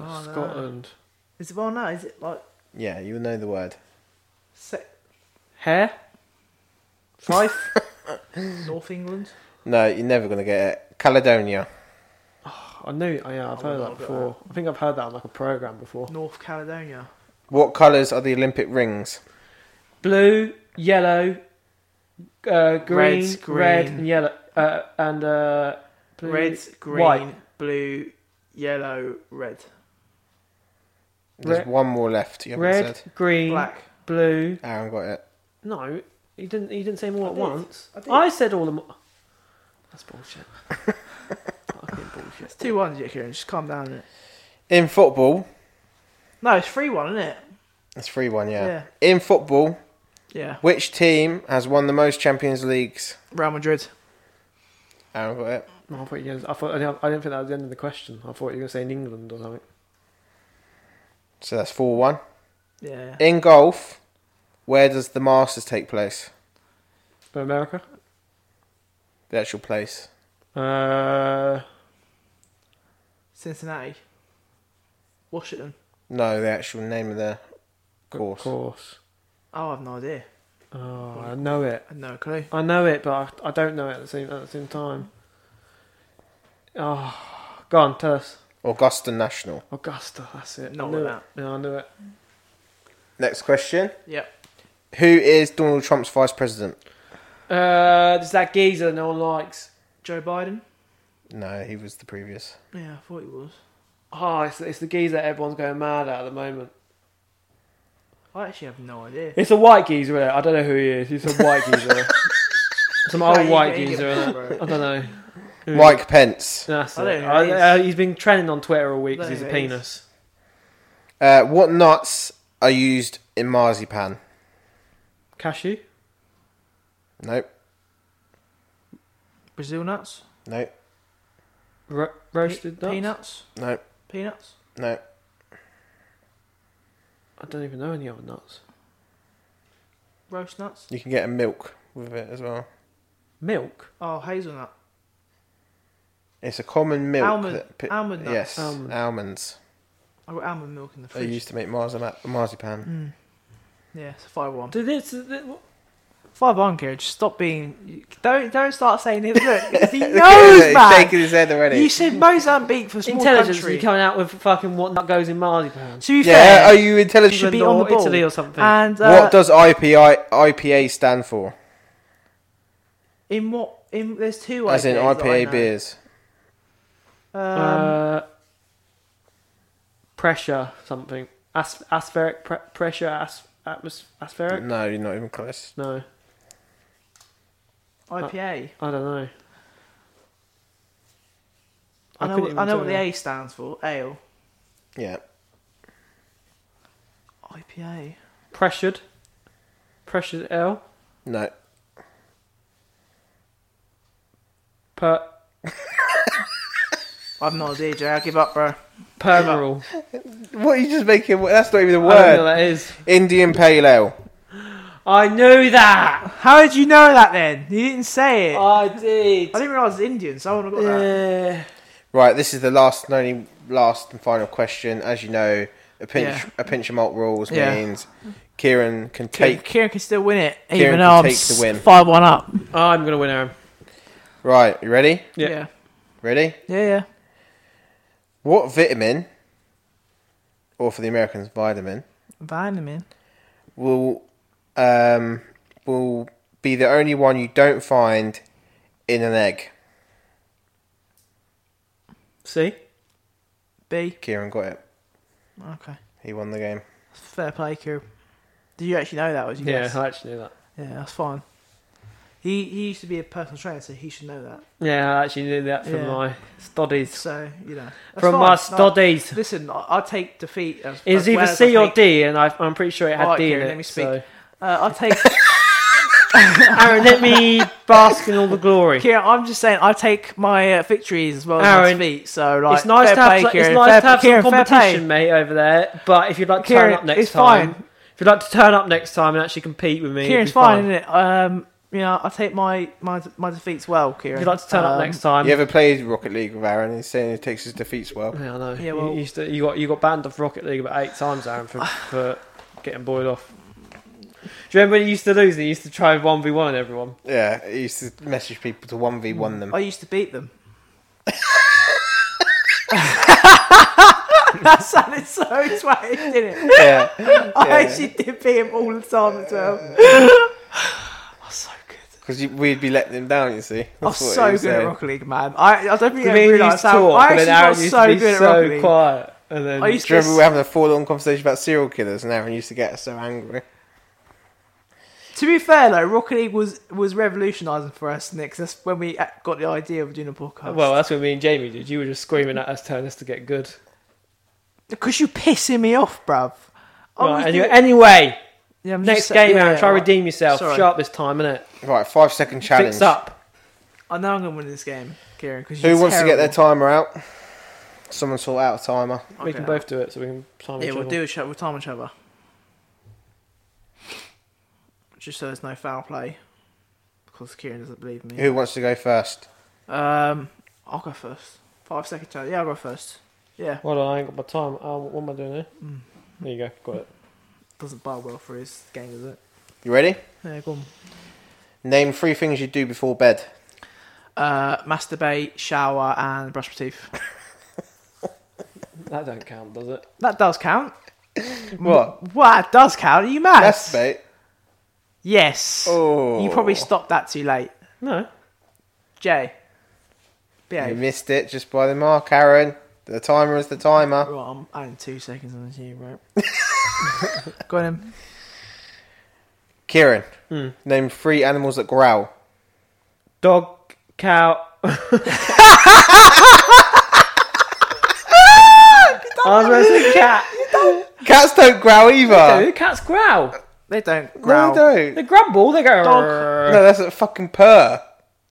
Speaker 3: Oh, no.
Speaker 1: Scotland.
Speaker 3: Is it well? No, is it like
Speaker 2: Yeah, you know the word.
Speaker 3: se-
Speaker 1: Hair. Fife.
Speaker 3: North England?
Speaker 2: No, you're never going to get it. Caledonia.
Speaker 1: I knew. I yeah, I've
Speaker 3: I wouldn't
Speaker 1: heard that
Speaker 3: have got
Speaker 1: before. I think I've heard that on like a program before.
Speaker 3: North Caledonia.
Speaker 2: What colours are the Olympic rings?
Speaker 1: Blue, yellow, uh, green,
Speaker 3: Red's
Speaker 1: red,
Speaker 3: green.
Speaker 1: and yellow, uh, and uh, blue.
Speaker 3: Red, green,
Speaker 1: white.
Speaker 3: blue, yellow, red,
Speaker 2: There's
Speaker 1: Re-
Speaker 2: one more left. You haven't
Speaker 1: red,
Speaker 2: said.
Speaker 1: green,
Speaker 3: black.
Speaker 1: blue.
Speaker 2: Aaron got it.
Speaker 1: No, he didn't. He didn't say them all
Speaker 3: I
Speaker 1: at
Speaker 3: did.
Speaker 1: once.
Speaker 3: I
Speaker 1: I,
Speaker 3: did.
Speaker 1: said all of them. That's bullshit. Fucking bullshit.
Speaker 3: It's two ones, yeah, Kieran. Just calm down. Innit?
Speaker 2: In football,
Speaker 3: No, it's three one, isn't it?
Speaker 2: it's 3 1, yeah.
Speaker 3: Yeah.
Speaker 2: In football,
Speaker 3: Yeah.
Speaker 2: which team has won the most Champions Leagues?
Speaker 3: Real Madrid.
Speaker 2: Aaron got it.
Speaker 1: No, I thought you. Guys, I thought. I didn't I didn't think that was the end of the question. I thought you were going to say in England or something.
Speaker 2: So that's 4 1.
Speaker 3: Yeah.
Speaker 2: In golf, where does the Masters take place?
Speaker 1: But America.
Speaker 2: The actual place.
Speaker 1: Uh,
Speaker 3: Cincinnati. Washington.
Speaker 2: No, the actual name of the course.
Speaker 1: course.
Speaker 3: Oh, I have no idea.
Speaker 1: Oh, I know it.
Speaker 3: I had no clue.
Speaker 1: I know it, but I, I don't know it at the same at the same time. Oh, go on, tell us.
Speaker 2: Augusta National.
Speaker 1: Augusta, that's it.
Speaker 3: Not
Speaker 1: I knew
Speaker 3: like
Speaker 1: it. Yeah, I knew it.
Speaker 2: Next question.
Speaker 3: Yep.
Speaker 2: Who is Donald Trump's vice president?
Speaker 1: Uh, there's that geezer no one likes.
Speaker 3: Joe Biden.
Speaker 2: No, he was the previous.
Speaker 3: Yeah, I thought he was.
Speaker 1: Oh, it's, it's the geezer everyone's going mad at at the moment.
Speaker 3: I actually have no idea.
Speaker 1: It's a white geezer, is I don't know who he is. He's a white geezer. Some old
Speaker 3: Right, you
Speaker 1: white
Speaker 3: get- you get
Speaker 1: geezer,
Speaker 3: the
Speaker 1: innit?
Speaker 3: point, bro.
Speaker 1: I don't know.
Speaker 3: Hmm.
Speaker 1: Who-
Speaker 2: Mike Pence.
Speaker 1: That's
Speaker 3: I
Speaker 1: I
Speaker 3: don't
Speaker 1: it.
Speaker 3: know who he
Speaker 1: I,
Speaker 3: is.
Speaker 1: uh, he's been trending on Twitter all week 'cause
Speaker 3: Don't
Speaker 1: he's a
Speaker 3: know who he is.
Speaker 1: penis.
Speaker 2: Uh, what nuts are used in marzipan?
Speaker 1: Cashew?
Speaker 2: Nope,
Speaker 3: Brazil nuts.
Speaker 2: nope,
Speaker 1: Ro- roasted
Speaker 3: Pe-
Speaker 1: nuts?
Speaker 3: peanuts.
Speaker 2: nope,
Speaker 3: Peanuts.
Speaker 2: nope.
Speaker 1: I don't even know any other nuts.
Speaker 3: Roast nuts.
Speaker 2: You can get a milk with it as well.
Speaker 1: Milk?
Speaker 3: Oh, hazelnut.
Speaker 2: It's a common milk.
Speaker 3: Almond-
Speaker 2: that pi-
Speaker 3: almond nuts.
Speaker 2: Yes,
Speaker 1: Almond.
Speaker 2: almonds
Speaker 3: I got almond milk in the
Speaker 2: are
Speaker 3: fridge.
Speaker 2: used to make marzima- marzipan.
Speaker 3: Mm. Yeah, it's a five one.
Speaker 1: Do this, th- what-
Speaker 3: Five on, Kieran. Just stop being. you- Don't don't start saying it. Look, he knows,
Speaker 2: He's
Speaker 3: man.
Speaker 2: shaking his head already.
Speaker 3: You said Mozambique for a small
Speaker 1: intelligence
Speaker 3: country.
Speaker 1: you're coming out with fucking what nut goes in marzipan.
Speaker 3: To be
Speaker 2: yeah, are
Speaker 3: fair,
Speaker 2: you intelligent?
Speaker 3: should be
Speaker 1: England
Speaker 3: on the
Speaker 1: or
Speaker 3: ball.
Speaker 1: Italy or something.
Speaker 3: and uh,
Speaker 2: what does IPI, IPA stand for?
Speaker 3: in what in there's two.
Speaker 2: As in
Speaker 3: IPAs that I
Speaker 2: IPA
Speaker 3: know.
Speaker 2: beers.
Speaker 3: Um,
Speaker 1: uh, pressure something. As- aspheric pre- pressure as- atmos- aspheric?
Speaker 2: No, you're not even close.
Speaker 1: No,
Speaker 3: IPA.
Speaker 1: Uh, I don't know.
Speaker 3: I know.
Speaker 1: couldn't
Speaker 3: What,
Speaker 1: even
Speaker 3: I know
Speaker 1: tell
Speaker 3: what the
Speaker 1: you.
Speaker 3: A stands for. Ale.
Speaker 2: Yeah.
Speaker 3: IPA.
Speaker 1: Pressured. Pressured L.
Speaker 2: No.
Speaker 1: Per-
Speaker 3: I've no idea, Jay. I give up, bro.
Speaker 1: Permeral.
Speaker 2: What are you just making? That's not even a
Speaker 1: I don't know
Speaker 2: word.
Speaker 1: what that is.
Speaker 2: Indian pale ale.
Speaker 1: I knew that.
Speaker 3: How did you know that then? You didn't say it.
Speaker 1: I did.
Speaker 3: I didn't realise it's Indian, so I wouldn't have got that.
Speaker 1: Uh, Yeah.
Speaker 2: Right, this is the last, and only last and final question. As you know, a pinch,
Speaker 3: Yeah.
Speaker 2: a pinch of malt rules
Speaker 3: Yeah.
Speaker 2: means Kieran can
Speaker 3: Kieran,
Speaker 2: take.
Speaker 3: Kieran can still win it,
Speaker 2: Kieran
Speaker 3: even
Speaker 2: can
Speaker 3: though I'm
Speaker 2: take the win.
Speaker 3: five one up.
Speaker 1: Uh, I'm gonna win, Aaron.
Speaker 2: Right, you ready?
Speaker 1: Yeah.
Speaker 3: yeah,
Speaker 2: Ready?
Speaker 3: yeah, yeah.
Speaker 2: What vitamin, or for the Americans, vitamin,
Speaker 3: Vitamin.
Speaker 2: will um, will be the only one you don't find in an egg?
Speaker 1: See,
Speaker 3: B.
Speaker 2: Kieran got it.
Speaker 3: Okay.
Speaker 2: He won the game.
Speaker 3: Fair play, Kieran. Did you actually know that? Was you
Speaker 1: yeah,
Speaker 3: guess?
Speaker 1: I actually knew that.
Speaker 3: Yeah, that's fine. He he used to be a personal trainer, so he should know that.
Speaker 1: Yeah, I actually knew that from
Speaker 3: Yeah.
Speaker 1: my studies.
Speaker 3: So you know, that's
Speaker 1: From
Speaker 3: fine.
Speaker 1: my
Speaker 3: Like,
Speaker 1: studies.
Speaker 3: listen, I, I take defeat. As,
Speaker 1: It
Speaker 3: as
Speaker 1: was either
Speaker 3: well as
Speaker 1: C
Speaker 3: I
Speaker 1: or
Speaker 3: take-
Speaker 1: D, and I, I'm pretty sure it had
Speaker 3: Alright,
Speaker 1: D in
Speaker 3: Kieran,
Speaker 1: it.
Speaker 3: let me speak.
Speaker 1: so-
Speaker 3: Uh, I take
Speaker 1: Aaron, let me bask in all the glory.
Speaker 3: Kieran, I'm just saying, I take my uh, victories as well as my
Speaker 1: Aaron,
Speaker 3: defeat. So, like,
Speaker 1: it's nice
Speaker 3: fair
Speaker 1: to have,
Speaker 3: play,
Speaker 1: so-
Speaker 3: Kieran.
Speaker 1: it's nice
Speaker 3: fair,
Speaker 1: to have
Speaker 3: Kieran,
Speaker 1: some
Speaker 3: fair play.
Speaker 1: competition, mate, over there. But if you'd like to
Speaker 3: Kieran,
Speaker 1: turn up next
Speaker 3: it's
Speaker 1: time,
Speaker 3: fine.
Speaker 1: if you'd like to turn up next time and actually compete with me, it'd
Speaker 3: Kieran's
Speaker 1: be fun.
Speaker 3: fine, isn't it? Um, you know, I take my my my defeats well, Kieran.
Speaker 1: If you'd like to turn
Speaker 3: Um,
Speaker 1: up next time,
Speaker 2: You ever played Rocket League with Aaron? He's saying he takes his defeats well.
Speaker 1: yeah, I know.
Speaker 3: Yeah,
Speaker 1: You-
Speaker 3: well-
Speaker 1: you, used to, you got you got banned off Rocket League about eight times, Aaron, for, for getting boiled off. Do you remember when you used to lose and you used to try one v one on everyone?
Speaker 2: Yeah, he used to message people to one v one them.
Speaker 3: I used to beat them. that sounded so swaggy, didn't it?
Speaker 2: Yeah,
Speaker 3: I
Speaker 2: Yeah.
Speaker 3: actually did beat him all the time as well. I'm Oh, so good.
Speaker 2: because we'd be letting them down. You see,
Speaker 3: I'm
Speaker 2: That's what
Speaker 3: Oh, so
Speaker 2: he
Speaker 3: good
Speaker 2: was
Speaker 3: at
Speaker 2: saying.
Speaker 3: Rocket League, man. I, I don't think
Speaker 1: Me
Speaker 3: I
Speaker 1: and you used
Speaker 3: realised
Speaker 1: to
Speaker 3: how
Speaker 1: talk,
Speaker 3: I
Speaker 1: but then
Speaker 3: actually got
Speaker 1: Aaron used
Speaker 3: so
Speaker 1: to be
Speaker 3: good at
Speaker 1: so
Speaker 3: Rocket League.
Speaker 1: quiet, and then
Speaker 3: I used
Speaker 2: Do you remember we
Speaker 3: to,
Speaker 2: were having a full on conversation about serial killers and Aaron used to get so angry?
Speaker 3: to be fair though, Rocket League was was revolutionising for us, Nick. 'cause That's when we a- got the idea of doing a podcast.
Speaker 1: Well, that's what me and Jamie did. You were just screaming at us, telling us to get good. uh,
Speaker 3: because you pissing me off, bruv. I was
Speaker 1: Right, anyway,
Speaker 3: doing-
Speaker 1: anyway,
Speaker 3: yeah, I'm
Speaker 1: next
Speaker 3: just-
Speaker 1: game,
Speaker 3: yeah,
Speaker 1: Aaron, try
Speaker 3: right.
Speaker 1: redeem yourself.
Speaker 3: Sorry.
Speaker 1: Sharp this time, innit?
Speaker 2: Right, five second challenge.
Speaker 1: Fix up.
Speaker 3: I know I'm gonna win this game, Kieran. Because
Speaker 2: Who wants to get their timer out? Someone sort out a timer.
Speaker 1: We can both do it, so we can time
Speaker 3: Yeah,
Speaker 1: each
Speaker 3: we'll
Speaker 1: other.
Speaker 3: do each other. We'll time each other. Just so there's no foul play, because Kieran doesn't believe me.
Speaker 2: Who wants to go first?
Speaker 3: Um, I'll go first. Five second chance. Yeah, I'll go first. Yeah,
Speaker 1: Hold on, I ain't got my time. Uh, what am I doing here?
Speaker 3: Mm.
Speaker 1: There you go, got it.
Speaker 3: doesn't bar well for his game, does it?
Speaker 2: You ready?
Speaker 3: Yeah, go on.
Speaker 2: Name three things you do before bed.
Speaker 3: Uh, masturbate, shower, and brush my teeth.
Speaker 1: That don't count, does it?
Speaker 3: That does count.
Speaker 2: What?
Speaker 3: Well, that does count. Are you mad?
Speaker 2: Yes, mate.
Speaker 3: Yes.
Speaker 2: Oh,
Speaker 3: You probably stopped that too late.
Speaker 1: No.
Speaker 3: Jay.
Speaker 2: You
Speaker 3: Behave.
Speaker 2: missed it just by the mark, Aaron. The timer is the timer.
Speaker 3: Right, I'm adding two seconds on you, bro. Go on, then.
Speaker 2: Kieran,
Speaker 1: Hmm.
Speaker 2: name three animals that growl.
Speaker 1: Dog, cow. I was going to say cat.
Speaker 2: Cats don't growl
Speaker 3: Uh,
Speaker 2: either.
Speaker 1: Dude, cats growl.
Speaker 3: They don't
Speaker 2: No,
Speaker 3: growl.
Speaker 2: they don't.
Speaker 1: They grumble. They go.
Speaker 2: No, that's a fucking purr.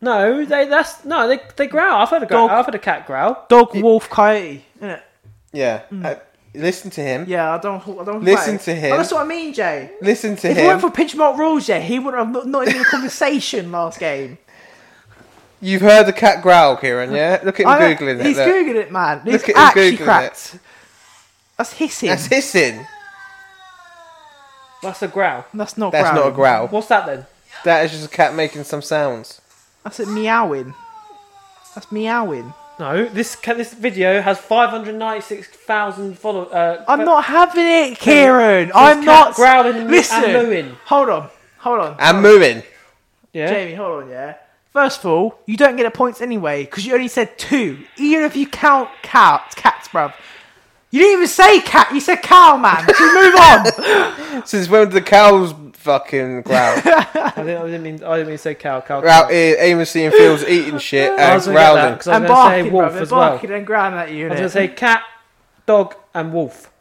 Speaker 1: No, they. That's no. They, they growl. I've heard a growl.
Speaker 3: Dog.
Speaker 1: I've heard a cat growl.
Speaker 3: Dog, wolf, coyote. innit?
Speaker 2: Yeah. Uh, listen to him.
Speaker 3: Hmm. Yeah, I don't. I don't.
Speaker 2: Listen
Speaker 3: play.
Speaker 2: to him.
Speaker 3: Oh, that's what I mean, Jay.
Speaker 2: Listen to
Speaker 3: If it
Speaker 2: him.
Speaker 3: weren't for pinch mark rules, yeah, he would have not, not even a conversation last game.
Speaker 2: You've heard the cat growl, Kieran, yeah? Look at him
Speaker 3: I know-
Speaker 2: Googling it.
Speaker 3: He's
Speaker 2: look.
Speaker 3: googling it, man. He's
Speaker 2: Look at him
Speaker 3: actually
Speaker 2: Googling
Speaker 3: cracked. That's hissing.
Speaker 2: That's
Speaker 3: That's,
Speaker 2: hissing.
Speaker 1: That's a growl.
Speaker 3: not.
Speaker 2: That's
Speaker 3: growl.
Speaker 2: not a growl.
Speaker 1: What's that then?
Speaker 2: That is just a cat making some sounds.
Speaker 3: That's it meowing. That's meowing.
Speaker 1: No, this ca- this video has 596,000 follow. Uh,
Speaker 3: I'm
Speaker 1: fa-
Speaker 3: not having it, Kieran.
Speaker 1: says
Speaker 3: I'm
Speaker 1: cat
Speaker 3: not
Speaker 1: growling and
Speaker 3: Listen.
Speaker 1: mooing.
Speaker 3: Hold on. Hold on.
Speaker 2: And mooing.
Speaker 1: Yeah.
Speaker 3: Jamie, hold on, yeah. First of all, you don't get the points anyway because you only said two. Even if you count cat, cats, bruv. You didn't even say cat. You said cow, man. Can we move on?
Speaker 2: Since when did the cows fucking growl?
Speaker 1: I didn't, I didn't mean. I didn't mean to say cow. Cow.
Speaker 2: They're out here aimlessly in fields eating shit
Speaker 1: I
Speaker 2: and
Speaker 1: was going to get that
Speaker 2: growling.
Speaker 1: because I was
Speaker 3: and
Speaker 1: going to
Speaker 3: barking,
Speaker 1: say wolf
Speaker 3: bruv. And
Speaker 1: as well. I
Speaker 3: barking and growling at you.
Speaker 1: was going to
Speaker 3: innit?
Speaker 1: say cat, dog, and wolf.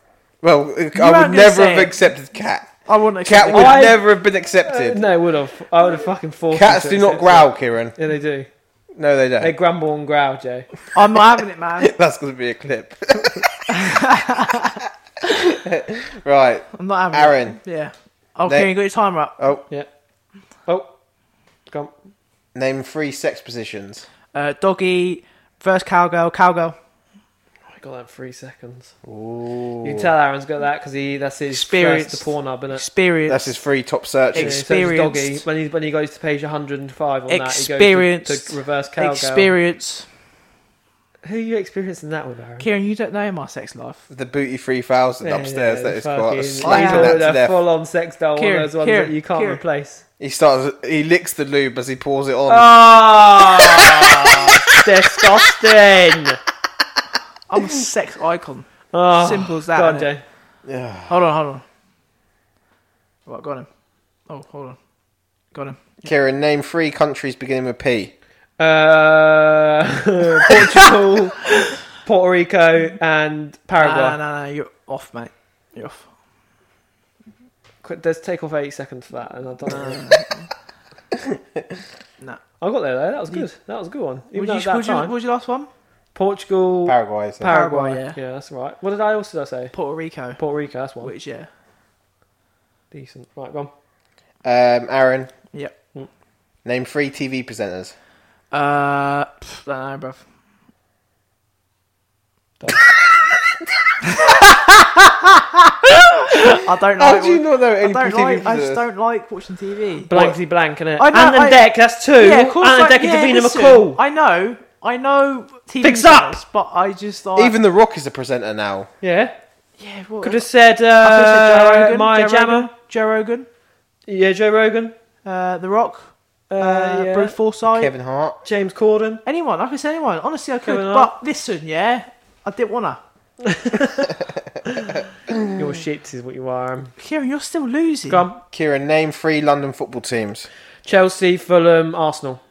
Speaker 2: Well,
Speaker 3: weren't
Speaker 2: I
Speaker 3: gonna
Speaker 2: would never
Speaker 3: say
Speaker 2: have
Speaker 3: it.
Speaker 2: accepted cat.
Speaker 3: I wouldn't
Speaker 2: Cat
Speaker 3: accept
Speaker 2: would
Speaker 3: it.
Speaker 1: I-
Speaker 2: never have been
Speaker 1: Uh,
Speaker 2: accepted.
Speaker 1: no, would have. I would have fucking forced.
Speaker 2: Cats
Speaker 1: you to
Speaker 2: do not
Speaker 1: accept
Speaker 2: growl, Kieran.
Speaker 1: it. Yeah, they do.
Speaker 2: No, they
Speaker 1: They
Speaker 2: don't.
Speaker 1: grumble and growl, Jay.
Speaker 3: I'm not having it, man.
Speaker 2: That's going to be a clip. Right.
Speaker 3: I'm not having
Speaker 2: Aaron.
Speaker 3: it. Yeah. Oh,
Speaker 2: They-
Speaker 3: can you got your timer up?
Speaker 2: Oh,
Speaker 1: Yeah. Oh, come.
Speaker 2: name three sex positions.
Speaker 3: Uh, doggy, first cowgirl, cowgirl.
Speaker 1: I got that in three seconds.
Speaker 2: Ooh.
Speaker 1: You can tell Aaron's got that because he that's his
Speaker 3: Experienced.
Speaker 1: experience to porn up, innit?
Speaker 3: Experience.
Speaker 2: That's his three top searches.
Speaker 3: Ex-
Speaker 1: So it's doggy.
Speaker 3: Experienced.
Speaker 1: When he when he goes to page 105 on that, he goes
Speaker 3: Experienced.
Speaker 1: to, to reverse cowgirl.
Speaker 3: Experience.
Speaker 1: Who are you experiencing that with, Aaron?
Speaker 3: Kieran, you don't know my sex life.
Speaker 2: The booty three thousand
Speaker 1: Yeah,
Speaker 2: upstairs.
Speaker 1: yeah,
Speaker 2: that is
Speaker 1: fucking-
Speaker 2: quite a
Speaker 3: Yeah.
Speaker 2: slapping that to
Speaker 1: They're
Speaker 2: death.
Speaker 1: full on sex doll, one
Speaker 3: Kieran,
Speaker 1: of those ones
Speaker 3: Kieran,
Speaker 1: that you can't
Speaker 3: Kieran.
Speaker 1: replace.
Speaker 2: He starts. He licks the lube as he pours it on.
Speaker 1: Ah. Oh, disgusting!
Speaker 3: I'm a sex icon.
Speaker 1: Oh,
Speaker 3: Simple as that,
Speaker 1: God,
Speaker 3: innit?
Speaker 1: Jay.
Speaker 2: Yeah.
Speaker 3: Hold on, hold on. Right, got him. Oh, hold on. Got him.
Speaker 2: Kieran, name three countries beginning with P.
Speaker 1: Uh, Portugal, Puerto Rico, and
Speaker 3: No,
Speaker 1: Paraguay.
Speaker 3: no, no, no, you're off, mate. You're off.
Speaker 1: Quick, Let's take off eight seconds for that, and I don't know.
Speaker 3: Um, No.
Speaker 1: I got there though. That was good. That was a good one. Even
Speaker 3: Would
Speaker 1: though
Speaker 3: you,
Speaker 1: it's that
Speaker 3: would you,
Speaker 1: time.
Speaker 3: what was your last one?
Speaker 1: Portugal,
Speaker 2: Paraguay. So.
Speaker 1: Paraguay.
Speaker 3: Paraguay,
Speaker 1: yeah. that's right. What did I else did I say?
Speaker 3: Puerto Rico.
Speaker 1: Puerto Rico. That's one.
Speaker 3: Which, yeah.
Speaker 1: Decent. Right, go on.
Speaker 2: um, Aaron,
Speaker 3: Yep.
Speaker 2: name three TV presenters.
Speaker 3: Uh, pff, don't know, bruv. Oh, I don't like.
Speaker 2: How do you not know
Speaker 3: I
Speaker 2: any
Speaker 3: don't
Speaker 2: TV
Speaker 3: like. I just
Speaker 2: presenters?
Speaker 3: don't like watching TV.
Speaker 1: Blankety blank, innit?
Speaker 3: I
Speaker 1: And
Speaker 3: know, I-
Speaker 1: and Deck. That's two. and
Speaker 3: like,
Speaker 1: Deck and
Speaker 3: yeah,
Speaker 1: Davina
Speaker 3: listen,
Speaker 1: McCall.
Speaker 3: I know, I know. TV
Speaker 1: Fix up!
Speaker 3: shows, but I just like
Speaker 2: Even The Rock is a presenter now.
Speaker 1: Yeah.
Speaker 3: yeah. What,
Speaker 1: Could have said,
Speaker 3: I could've said Joe
Speaker 1: uh,
Speaker 3: Rogan,
Speaker 1: Maya
Speaker 3: Joe
Speaker 1: Jama.
Speaker 3: Rogan, Joe Rogan,
Speaker 1: Yeah, Joe Rogan.
Speaker 3: uh, The Rock,
Speaker 1: Uh,
Speaker 3: uh,
Speaker 1: yeah.
Speaker 3: Bruce Forsyth,
Speaker 2: Kevin Hart.
Speaker 1: James Corden.
Speaker 3: anyone. I could say anyone. Honestly, I could.
Speaker 1: Kevin Hart.
Speaker 3: but listen, yeah, I didn't wanna.
Speaker 1: Your shit is what you are. um.
Speaker 3: Kieran, you're still losing.
Speaker 1: Go on.
Speaker 2: Kieran, name three London football teams.
Speaker 1: Chelsea, Fulham, Arsenal.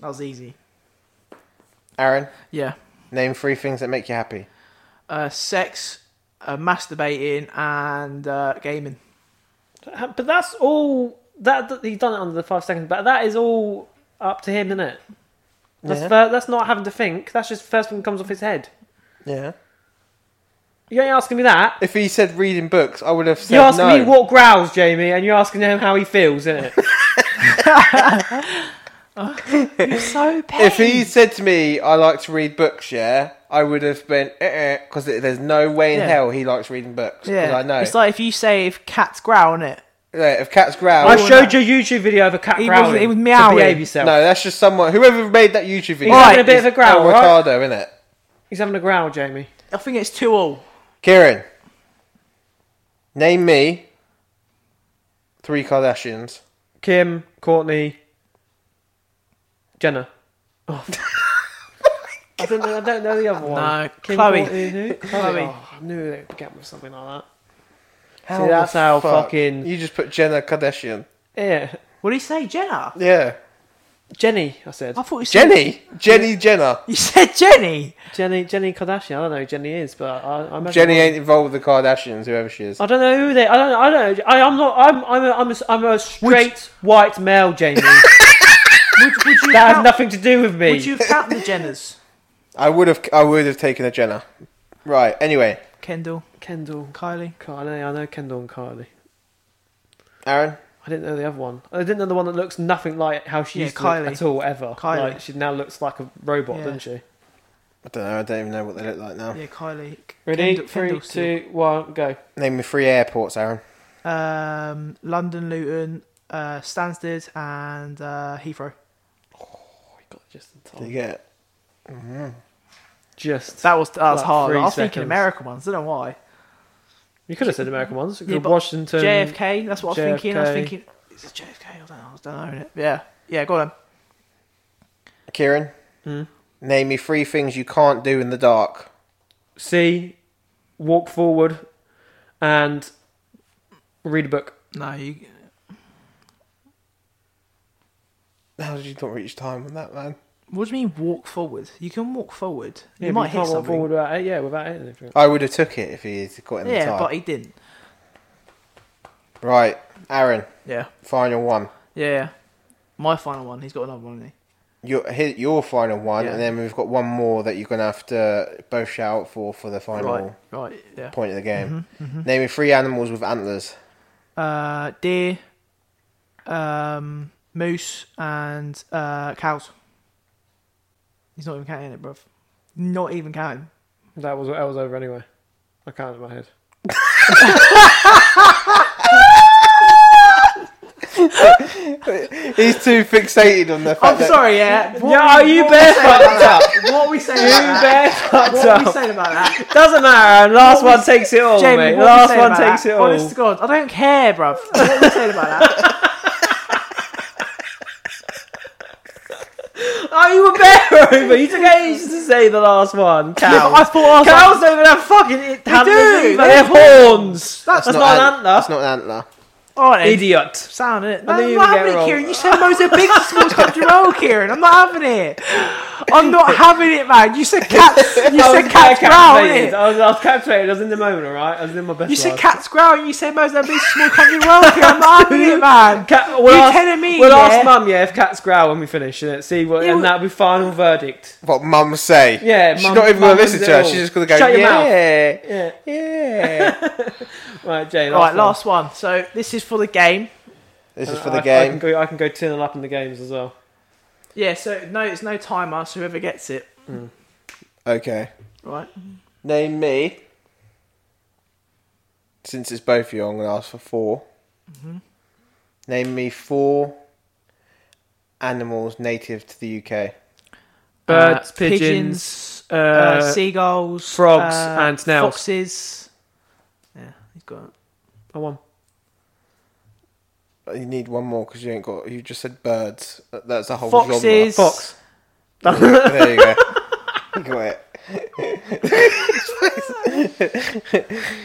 Speaker 3: That was easy.
Speaker 2: Aaron,
Speaker 3: Yeah.
Speaker 2: name three things that make you happy.
Speaker 3: Uh, sex, uh, masturbating, and uh, gaming.
Speaker 1: But that's all. That that- he's done it under the five seconds. But that is all up to him, isn't it? That's
Speaker 2: Yeah.
Speaker 1: fir- that's not having to think. That's just first thing that comes off his head.
Speaker 2: Yeah.
Speaker 1: You ain't asking me that.
Speaker 2: If he said reading books, I would have said
Speaker 1: You're asking
Speaker 2: no.
Speaker 1: me what growls, Jamie, and you're asking him how he feels, isn't it?
Speaker 3: You're so petty.
Speaker 2: If he said to me, I like to read books, yeah, I would have been, eh, because there's no way in
Speaker 3: Yeah.
Speaker 2: hell he likes reading books. Yeah. I know.
Speaker 3: It's like if you say if cats growl on it.
Speaker 2: Yeah, if cats growl.
Speaker 1: I
Speaker 3: wouldn't
Speaker 1: showed you a YouTube video of a cat
Speaker 3: He
Speaker 1: growling.
Speaker 3: wasn't- he was
Speaker 1: So
Speaker 3: meowing.
Speaker 1: Behave yourself.
Speaker 2: no, that's just someone, whoever made that YouTube video.
Speaker 1: He's having
Speaker 3: Right.
Speaker 1: a bit of a growl,
Speaker 2: Oh,
Speaker 1: right?
Speaker 2: Ricardo, innit?
Speaker 1: He's having a growl, Jamie.
Speaker 3: I think it's two all.
Speaker 2: Kieran, name me three Kardashians.
Speaker 1: Kim, Courtney, Jenna. Oh, I don't know. I don't know the other one.
Speaker 3: No,
Speaker 1: Kim,
Speaker 3: Chloe.
Speaker 1: Courtney, who?
Speaker 3: Chloe.
Speaker 1: Oh, I knew they'd get with something like
Speaker 2: How
Speaker 1: See, that's
Speaker 2: the
Speaker 1: how
Speaker 2: fuck-
Speaker 1: fucking-
Speaker 2: You just put Jenna Kardashian.
Speaker 1: that. Yeah,
Speaker 3: What did he say, Jenna?
Speaker 2: Yeah.
Speaker 1: Jenny. I said
Speaker 3: I thought you said
Speaker 2: Jenny? Jenny Jenner.
Speaker 3: You said Jenny.
Speaker 1: Jenny. Jenny Kardashian. I don't know who Jenny is, but I, I imagine
Speaker 2: Jenny ain't involved with the Kardashians, whoever she is.
Speaker 1: I don't know who they. I don't. I don't. I, I'm not. I'm. I'm a. I'm a, I'm a straight white male, Jamie.
Speaker 3: Would, would you
Speaker 1: that has
Speaker 3: count,
Speaker 1: nothing to do with me.
Speaker 3: Would you count the Jenners?
Speaker 2: I would have I would have taken a Jenner. Right, anyway.
Speaker 3: Kendall,
Speaker 1: Kendall,
Speaker 3: Kylie.
Speaker 1: Kylie. I know Kendall and Kylie.
Speaker 2: Aaron?
Speaker 1: I didn't know the other one. I didn't know the one that looks nothing like how she
Speaker 3: Yeah,
Speaker 1: used to look
Speaker 3: Kylie.
Speaker 1: at all ever.
Speaker 3: Kylie.
Speaker 1: Like she now looks like a robot,
Speaker 3: Yeah.
Speaker 1: doesn't she?
Speaker 2: I don't know, I don't even know what they look like now.
Speaker 3: Yeah, Kylie.
Speaker 1: Ready?
Speaker 3: Kendall- Oh
Speaker 1: Three,
Speaker 3: Kendall still.
Speaker 1: two, one, go.
Speaker 2: Name me three airports, Aaron.
Speaker 3: Um, London, Luton, uh, Stansted, and uh, Heathrow.
Speaker 1: Oh, you got it just in
Speaker 2: Did you
Speaker 1: time.
Speaker 2: get it?
Speaker 1: Just
Speaker 3: That was that was
Speaker 1: Like
Speaker 3: hard.
Speaker 1: three
Speaker 3: I was thinking
Speaker 1: seconds.
Speaker 3: American ones. I don't know why.
Speaker 1: you could have said American ones. You could
Speaker 3: Yeah,
Speaker 1: have
Speaker 3: but
Speaker 1: Washington.
Speaker 3: JFK. That's what I was thinking. I was
Speaker 1: JFK.
Speaker 3: thinking. Is it JFK? I don't know. I don't know. innit? Yeah. Yeah. Go on.
Speaker 2: Kieran? Name me three things you can't do in the dark.
Speaker 1: See, walk forward, and read a book.
Speaker 3: No, you.
Speaker 2: How did you not reach time on that, man?
Speaker 3: What do you mean walk forward? You can walk forward.
Speaker 1: Yeah,
Speaker 3: you
Speaker 1: but
Speaker 3: might
Speaker 1: can't
Speaker 3: hit
Speaker 1: walk
Speaker 3: something.
Speaker 1: forward without it. Yeah, without it. anything.
Speaker 2: I would have took it if he had got in the
Speaker 3: Yeah,
Speaker 2: time.
Speaker 3: but he didn't.
Speaker 2: Right, Aaron,
Speaker 3: Yeah.
Speaker 2: final one.
Speaker 3: Yeah. My final one. He's got another one. hasn't
Speaker 2: your hi- your final one,
Speaker 1: Yeah.
Speaker 2: and then we've got one more that you're gonna have to both shout out for for the final
Speaker 1: Right, Mm-hmm, right.
Speaker 3: Yeah.
Speaker 2: point of the game. Naming three animals with antlers.
Speaker 3: Uh, deer, um, moose, and uh, cows. He's not even counting it, bruv. Not even counting.
Speaker 1: That was that was over anyway. I counted in my head.
Speaker 2: He's too fixated on the fact
Speaker 3: I'm
Speaker 2: that-
Speaker 3: sorry, yeah. What
Speaker 1: yeah, are
Speaker 3: we-
Speaker 1: you
Speaker 3: what we
Speaker 1: bare
Speaker 3: saying
Speaker 1: fucked
Speaker 3: about
Speaker 1: up?
Speaker 3: that? What are we saying
Speaker 1: You
Speaker 3: about that?
Speaker 1: bare fucked
Speaker 3: What are we
Speaker 1: up.
Speaker 3: saying about that?
Speaker 1: Doesn't matter. Last one takes it all,
Speaker 3: Jamie,
Speaker 1: Oh, mate.
Speaker 3: what are we
Speaker 1: Last
Speaker 3: saying
Speaker 1: one
Speaker 3: about
Speaker 1: takes
Speaker 3: that?
Speaker 1: it all.
Speaker 3: Honest to God, I don't care, bruv. What are we saying about that?
Speaker 1: Oh, you were bare over. You took ages to say the last one. Cows.
Speaker 3: Yeah, but I thought I was
Speaker 1: Cows don't even have fucking it. They
Speaker 3: do,
Speaker 1: They
Speaker 3: they
Speaker 1: have horns. That's, not, an antler.
Speaker 2: That's not an antler.
Speaker 3: like, alright,
Speaker 1: Idiot.
Speaker 3: sound it.
Speaker 1: I
Speaker 3: No,
Speaker 1: knew
Speaker 3: I'm
Speaker 1: you
Speaker 3: not
Speaker 1: were
Speaker 3: having
Speaker 1: gonna
Speaker 3: it,
Speaker 1: roll.
Speaker 3: Kieran. You said Moses Big Smalls country roll, Kieran. I'm not having it. I'm not having it, man. You said cats. You
Speaker 1: I was
Speaker 3: said cats
Speaker 1: quite
Speaker 3: growl, innit?
Speaker 1: captivated. I was, I was captivated. I was in the moment, all right. I was in my best.
Speaker 3: You said
Speaker 1: life.
Speaker 3: cats growl. and You said Moses Big Small country roll, Kieran. I'm not having it, man.
Speaker 1: Cat,
Speaker 3: You
Speaker 1: we'll ask,
Speaker 3: telling me,
Speaker 1: We'll
Speaker 3: yeah?
Speaker 1: ask mum, yeah, if cats growl when we finish, and see what,
Speaker 3: You-
Speaker 1: and that'll be final verdict.
Speaker 2: What mums say.
Speaker 1: Yeah,
Speaker 2: She's
Speaker 1: mum-
Speaker 2: not even
Speaker 1: mum
Speaker 2: gonna listen
Speaker 1: does
Speaker 2: to
Speaker 1: it
Speaker 2: her.
Speaker 1: all.
Speaker 2: She's just gonna go.
Speaker 1: Shut your mouth.
Speaker 2: yeah,
Speaker 1: Yeah.
Speaker 2: yeah.
Speaker 1: Right, Jay. Last
Speaker 3: Right,
Speaker 1: one.
Speaker 3: last one. So this is for the game.
Speaker 2: this is
Speaker 1: And
Speaker 2: for the
Speaker 1: I- I can
Speaker 2: game.
Speaker 1: go. I can go turn up in the games as well.
Speaker 3: Yeah. So no, it's no timer. So whoever gets it,
Speaker 2: Okay.
Speaker 3: right?
Speaker 2: Name me. Since it's both of you, I'm going to ask for 4
Speaker 3: Mm-hmm.
Speaker 2: Name me four animals native to the UK.
Speaker 1: Birds,
Speaker 3: Uh,
Speaker 1: pigeons, uh,
Speaker 3: uh, seagulls,
Speaker 1: frogs
Speaker 3: uh,
Speaker 1: and snails.
Speaker 3: foxes. Yeah, he's got. it.
Speaker 1: I won.
Speaker 2: You need one more because you ain't got. You just said birds. That's a whole
Speaker 3: Foxes.
Speaker 1: Fox.
Speaker 2: genre. There you go. You got it.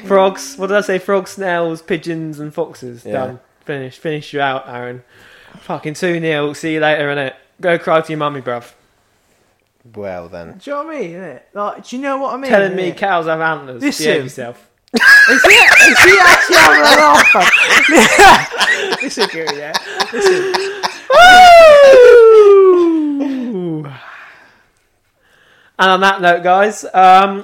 Speaker 1: Frogs. What did I say? Frogs, snails, pigeons, and foxes.
Speaker 2: Yeah.
Speaker 1: Done. Finish. Finish you out, Aaron. Fucking 2 0. See you later, innit? Go cry to your mummy, bruv.
Speaker 2: Well then.
Speaker 3: Do you know what I mean? innit? Like, do you know what I mean?
Speaker 1: Telling me
Speaker 3: innit?
Speaker 1: cows have antlers.
Speaker 3: Listen.
Speaker 1: Behave yourself.
Speaker 3: Is he, is he actually having a laugh? man? Listen, Gary, yeah.
Speaker 1: Woo! and on that note, guys, um,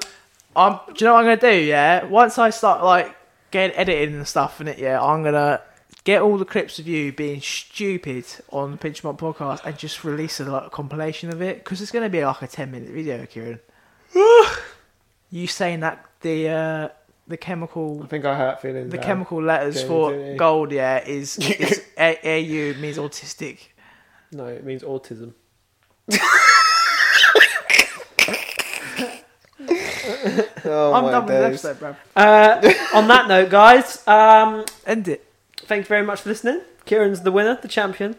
Speaker 3: I'm, do you know what I'm gonna do? Yeah, once I start like getting edited and stuff in it, yeah, I'm gonna get all the clips of you being stupid on the Pinch Mob podcast and just release a like compilation of it because it's gonna be like a ten minute video, Kieran. you saying that the uh, the chemical
Speaker 1: I think I hurt feelings.
Speaker 3: the
Speaker 1: Aaron.
Speaker 3: chemical letters
Speaker 1: Jamie,
Speaker 3: for
Speaker 1: Jamie.
Speaker 3: gold, yeah, is is A- AU means autistic.
Speaker 1: No, it means autism.
Speaker 2: Oh
Speaker 3: I'm
Speaker 2: my
Speaker 3: done with the
Speaker 2: days.
Speaker 3: episode, bro.
Speaker 1: Uh, on that note, guys, um,
Speaker 3: End it.
Speaker 1: thank you very much for listening. Kieran's the winner, the champion.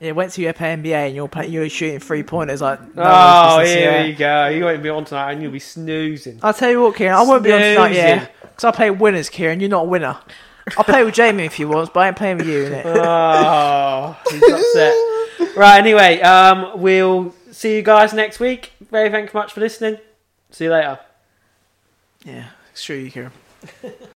Speaker 3: It went to your NBA and you're play, you're shooting three pointers like. no
Speaker 1: oh,
Speaker 3: one's listening to
Speaker 1: here
Speaker 3: you.
Speaker 1: we go. You won't be on tonight, and you'll be snoozing.
Speaker 3: I'll tell you what, Kieran. I won't be on tonight, yeah,
Speaker 1: Snoozing.
Speaker 3: because I play winners, Kieran. You're not a winner. I'll play with Jamie if you want, but I ain't playing with you innit?
Speaker 1: Oh, he's upset. Right, anyway, um, we'll see you guys next week. Very thank you much for listening. See you later.
Speaker 3: Yeah, screw you, Kieran.